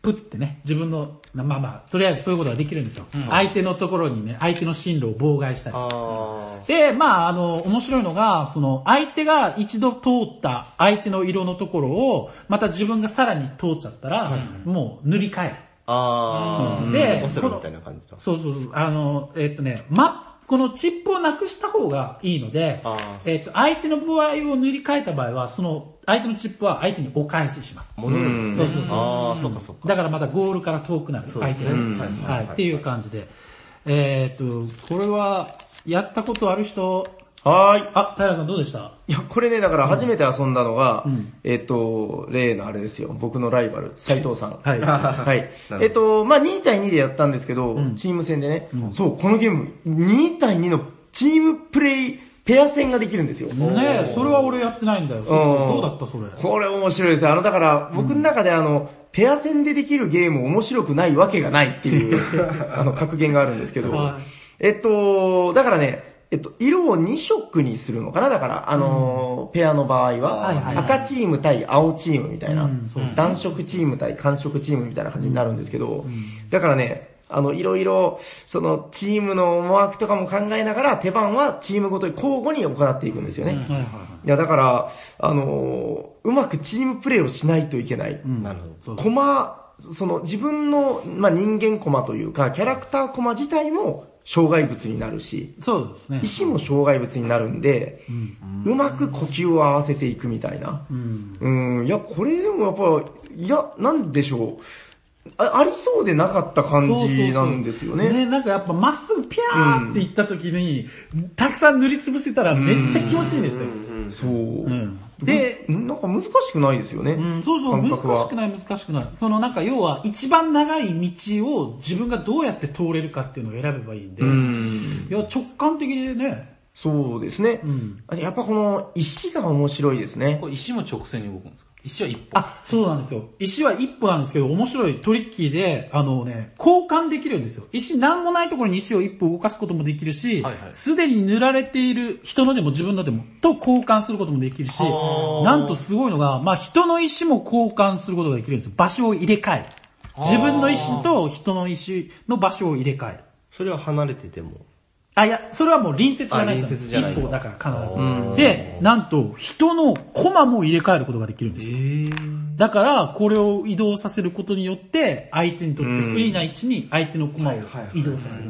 Speaker 1: プってね、自分の、まあまあ、とりあえずそういうことができるんですよ。相手のところにね、相手の進路を妨害したり。
Speaker 2: あ
Speaker 1: で、まあ、あの、面白いのが、その、相手が一度通った相手の色のところを、また自分がさらに通っちゃったら、もう塗り替える。
Speaker 2: あ。ああ。
Speaker 1: で
Speaker 2: オセロみたいな感じだ。
Speaker 1: そうそうそう。あの、えっ、とね、ま、このチップをなくした方がいいので
Speaker 2: あー、
Speaker 1: えっ、と、相手の場合を塗り替えた場合は、その、相手のチップは相手にお返しします。
Speaker 2: 戻るんですね。
Speaker 1: そうそうそう
Speaker 2: ああ、そうかそうか。
Speaker 1: だからまたゴールから遠くなる。
Speaker 2: そうですね
Speaker 1: 相手が
Speaker 2: うんはいはいはい
Speaker 1: はい。っていう感じで。えっ、と、これは、やったことある人、
Speaker 4: はーい。
Speaker 1: あ、平さんどうでした
Speaker 4: いや、これね、だから初めて遊んだのが、
Speaker 1: うん
Speaker 4: えっと、例のあれですよ、僕のライバル、斉藤さん。
Speaker 1: はい
Speaker 4: はい。えっと、まあ2対2でやったんですけど、チーム戦でね、そう、このゲーム、2対2のチームプレイ、ペア戦ができるんですよ。
Speaker 1: ねえ、それは俺やってないんだよ。どうだったそれ。
Speaker 4: これ面白いです。あの、だから、僕の中であの、ペア戦でできるゲーム面白くないわけがないっ ていう、あの、格言があるんですけど、
Speaker 1: は
Speaker 4: えっと、だからね、えっと、色を2色にするのかなだから、あのーペアの場合は、
Speaker 1: はいはいはい
Speaker 4: 赤チーム対青チームみたいな、
Speaker 1: うんそうです
Speaker 4: 暖色チーム対寒色チームみたいな感じになるんですけど、だからね、あの、いろいろ、その、チームの思惑とかも考えながら、手番はチームごとに交互に行っていくんですよね。
Speaker 1: はいはい
Speaker 4: や、だから、あのーうまくチームプレーをしないといけない。
Speaker 2: なるほど。
Speaker 1: そう
Speaker 4: 駒、その自分の、まあ、人間駒というか、キャラクター駒自体も障害物になるし、
Speaker 1: そうですね。
Speaker 4: 石も障害物になるんで、うまく呼吸を合わせていくみたいな。
Speaker 1: うん。
Speaker 4: うん、いや、これでもやっぱ、いや、なんでしょう。あありそうでなかった感じなんですよね。
Speaker 1: ね、なんかやっぱまっすぐピャーって行った時に、たくさん塗りつぶせたらめっちゃ気持ちいいんですよ。
Speaker 4: そう。
Speaker 1: うん。
Speaker 4: で
Speaker 1: で、、
Speaker 4: なんか難しくないですよね。
Speaker 1: うん、そうそう、
Speaker 4: 感覚は
Speaker 1: 難しくない難しくない。そのなんか要は一番長い道を自分がどうやって通れるかっていうのを選べばいいんで、
Speaker 4: うん。
Speaker 1: いや、直感的でね、
Speaker 4: そうですね。
Speaker 1: うん
Speaker 4: あやっぱこの石が面白いですね。
Speaker 5: これ石も直線に動くんですか石は一歩。
Speaker 1: あ、そうなんですよ。石は一歩なんですけど、面白いトリッキーで、あのね、交換できるんですよ。石なんもないところに石を一歩動かすこともできるし
Speaker 5: はいは、い
Speaker 1: すで、に塗られている人のでも自分のでも、と交換することもできるし、なんとすごいのが、まあ人の石も交換することができるんですよ。場所を入れ替える。自分の石と人の石の場所を入れ替える。
Speaker 2: それは離れてても。
Speaker 1: あ、いや、それはもう隣接がないから。
Speaker 2: あ隣接じゃない
Speaker 1: 一方だから必ず。で、なんと、人のコマも入れ替えることができるんですよ。だから、これを移動させることによって、相手にとって不利な位置に相手のコマを移動させる。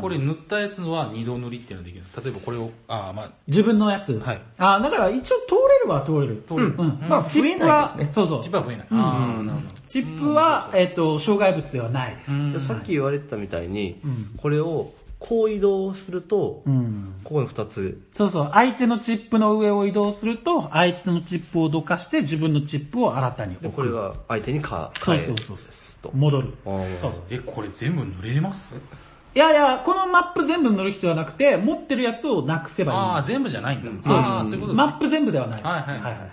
Speaker 5: これ塗ったやつのは二度塗りっていうのができるんです例えばこれを、ああ、まあ、
Speaker 1: 自分のやつ。
Speaker 5: はい
Speaker 1: あ、だから一応通れるは通れる。
Speaker 5: 通れる
Speaker 1: うん。
Speaker 4: まあ
Speaker 1: チップは、
Speaker 4: 増えないですね
Speaker 1: そうそう
Speaker 5: 一。番増えない。ああ、なるほど。
Speaker 1: チップは、えっ、と、障害物ではないです。
Speaker 2: でさっき言われてたみたいに、これをこう移動すると、
Speaker 1: ん
Speaker 2: ここに2つ。
Speaker 1: そうそう。相手のチップの上を移動すると、相手のチップをどかして自分のチップを新たに
Speaker 2: で、
Speaker 1: 置
Speaker 2: これ
Speaker 1: く。
Speaker 2: が相手にか
Speaker 1: そう
Speaker 2: 返
Speaker 1: そうそうそう
Speaker 2: すと。
Speaker 1: 戻る。
Speaker 2: あー
Speaker 1: そうそう。
Speaker 5: え、これ全部塗れれます
Speaker 1: いやいや、このマップ全部塗る必要はなくて、持ってるやつをなくせ
Speaker 5: ああ、
Speaker 1: ば
Speaker 5: 全部じゃないんだ。ああ、そういう
Speaker 1: い
Speaker 5: こ
Speaker 1: い。
Speaker 5: と
Speaker 1: マップ全部ではないです。
Speaker 5: はいはい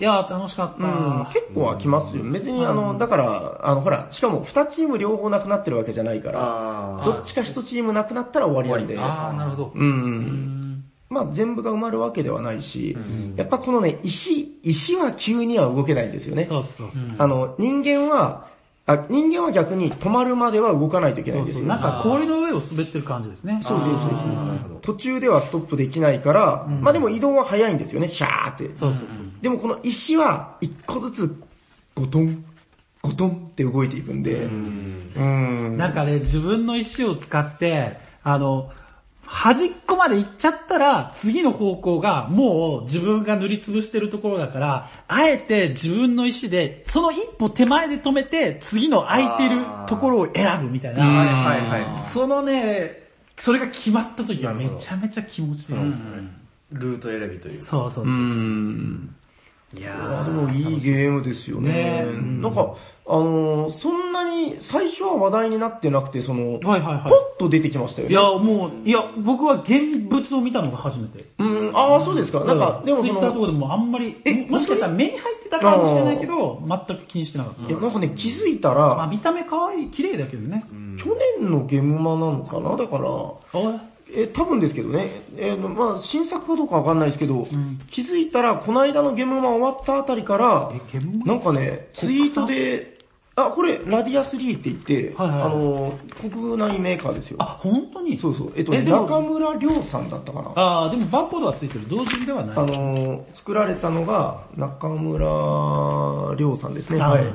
Speaker 1: いやー、楽しかった
Speaker 4: うん
Speaker 1: ー。
Speaker 4: 結構はきますよ。別にあの、だから、あの、ほら、しかも2チーム両方なくなってるわけじゃないから、
Speaker 2: あ
Speaker 4: どっちか1チームなくなったら終わりなんで。
Speaker 5: ああ、なるほど。
Speaker 4: う。
Speaker 5: うんん。
Speaker 4: まあ全部が埋まるわけではないし、やっぱこのね、石、石は急には動けないんですよね。
Speaker 1: そうそうそう。
Speaker 4: あの、人間は、あ人間は逆に止まるまでは動かないといけないんですよ。
Speaker 1: なんか氷の上を滑ってる感じですね。
Speaker 4: そうそうそうそう。途中ではストップできないから、まあでも移動は早いんですよね、シャーって。
Speaker 1: そうそうそう。
Speaker 4: でもこの石は一個ずつゴトン、ゴトンって動いていくんで、うん。
Speaker 1: なんかね、自分の石を使って、あの、端っこまで行っちゃったら、次の方向がもう自分が塗りつぶしてるところだから、あえて自分の石で、その一歩手前で止めて、次の空いてるところを選ぶみたい
Speaker 2: あ。
Speaker 1: な。
Speaker 2: はいはいはい。
Speaker 1: そのね、それが決まった時はめちゃめちゃ気持ちいいですね。
Speaker 2: ルート選びという。
Speaker 1: そうそうそう。
Speaker 4: うん。いやでもいいゲームですよね。なんか、あのーそんなに最初は話題になってなくて、その、
Speaker 1: はいはいはい
Speaker 4: ポッと出てきましたよ
Speaker 1: い
Speaker 4: ね。
Speaker 1: や、もう、いや、僕は現物を見たのが初めて。
Speaker 4: うん、ああ、そうですか。なんか、でも
Speaker 1: ツイ
Speaker 4: そ
Speaker 1: ッターとか
Speaker 4: の、
Speaker 1: でもあんまり、
Speaker 4: え
Speaker 1: ももしかしたら目に入ってたかもしれないけど、全く気にしてなかった。
Speaker 4: いや、なんかね、気づいた
Speaker 1: まあ
Speaker 4: ら、
Speaker 1: 見た目可愛い、綺麗だけどね。
Speaker 4: 去年のゲームマなのかなだから、
Speaker 1: あ
Speaker 4: え、多分ですけどね。えーまあ新作かどうかわかんないですけど、気づいたら、この間のゲームマ終わったあたりから、なんかね、ツイートで、あ、これ、ラディア3って言って、
Speaker 1: はいはい
Speaker 4: あのー、国内メーカーですよ
Speaker 1: あ、。本当に
Speaker 4: そうそう。えっと、
Speaker 1: えでも
Speaker 4: 中村亮さんだったかな。
Speaker 1: ああ、でもバーコードはついてる。同人ではない。
Speaker 4: あのー、作られたのが中村亮さんですね。
Speaker 1: は
Speaker 4: はいい。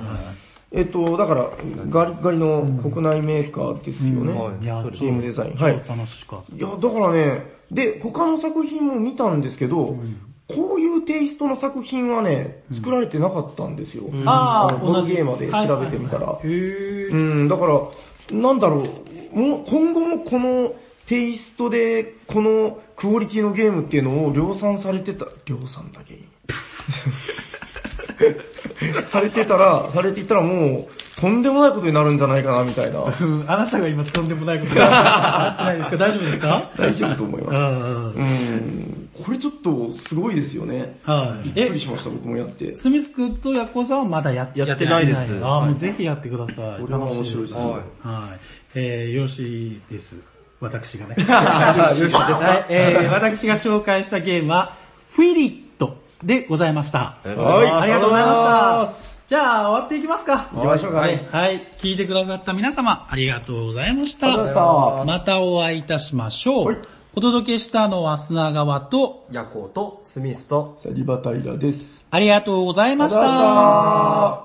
Speaker 4: えっと、だから、ガリガリの国内メーカーですよね。
Speaker 1: いや
Speaker 4: そうですゲームデザイン。
Speaker 1: 超
Speaker 4: はい。
Speaker 1: 楽しかった。
Speaker 4: いや、だからね、で、他の作品も見たんですけど、こういうテイストの作品はね、作られてなかったんですよ。
Speaker 1: あー
Speaker 4: のボードゲーマ
Speaker 1: 同じ
Speaker 4: ーで調べてみたら。
Speaker 1: へえ。
Speaker 4: うん、だから、なんだろう、もう今後もこのテイストで、このクオリティのゲームっていうのを量産されてた、量産だ けに。されてたら、されていたらもう、とんでもないことになるんじゃないかな、みたいな。
Speaker 1: うんあなたが今とんでもない ことがあってないですか大丈夫ですか
Speaker 4: 大丈夫と思います。
Speaker 1: うん。
Speaker 4: うん、これちょっとすごいですよね。
Speaker 1: はい。
Speaker 4: びっくり
Speaker 1: え、
Speaker 4: しました、僕もやって。
Speaker 1: スミス君とヤッコウさんはまだやって
Speaker 2: やってないで
Speaker 1: ない
Speaker 2: す。
Speaker 1: ああ、もうぜひやってください。
Speaker 4: これは面白いで
Speaker 1: 楽し
Speaker 4: すはい
Speaker 1: はい。えー、よろしいです。私がね。
Speaker 4: よしです
Speaker 1: はい、えー、私が紹介したゲームは、フィリットでございました。
Speaker 4: はい、
Speaker 1: ありがとうございました。じゃあ、終わっていきますか。
Speaker 4: 行きましょうかね。
Speaker 1: はい、聞いてくださった皆様、ありがとうございました。
Speaker 4: ありがとうございました
Speaker 1: またお会いいたしましょう。
Speaker 4: はい
Speaker 1: お届けしたのは砂川と、
Speaker 5: 夜行と、
Speaker 2: スミスと
Speaker 4: さあリバタイラです。
Speaker 1: ありがとうございました。
Speaker 4: ありがとうございました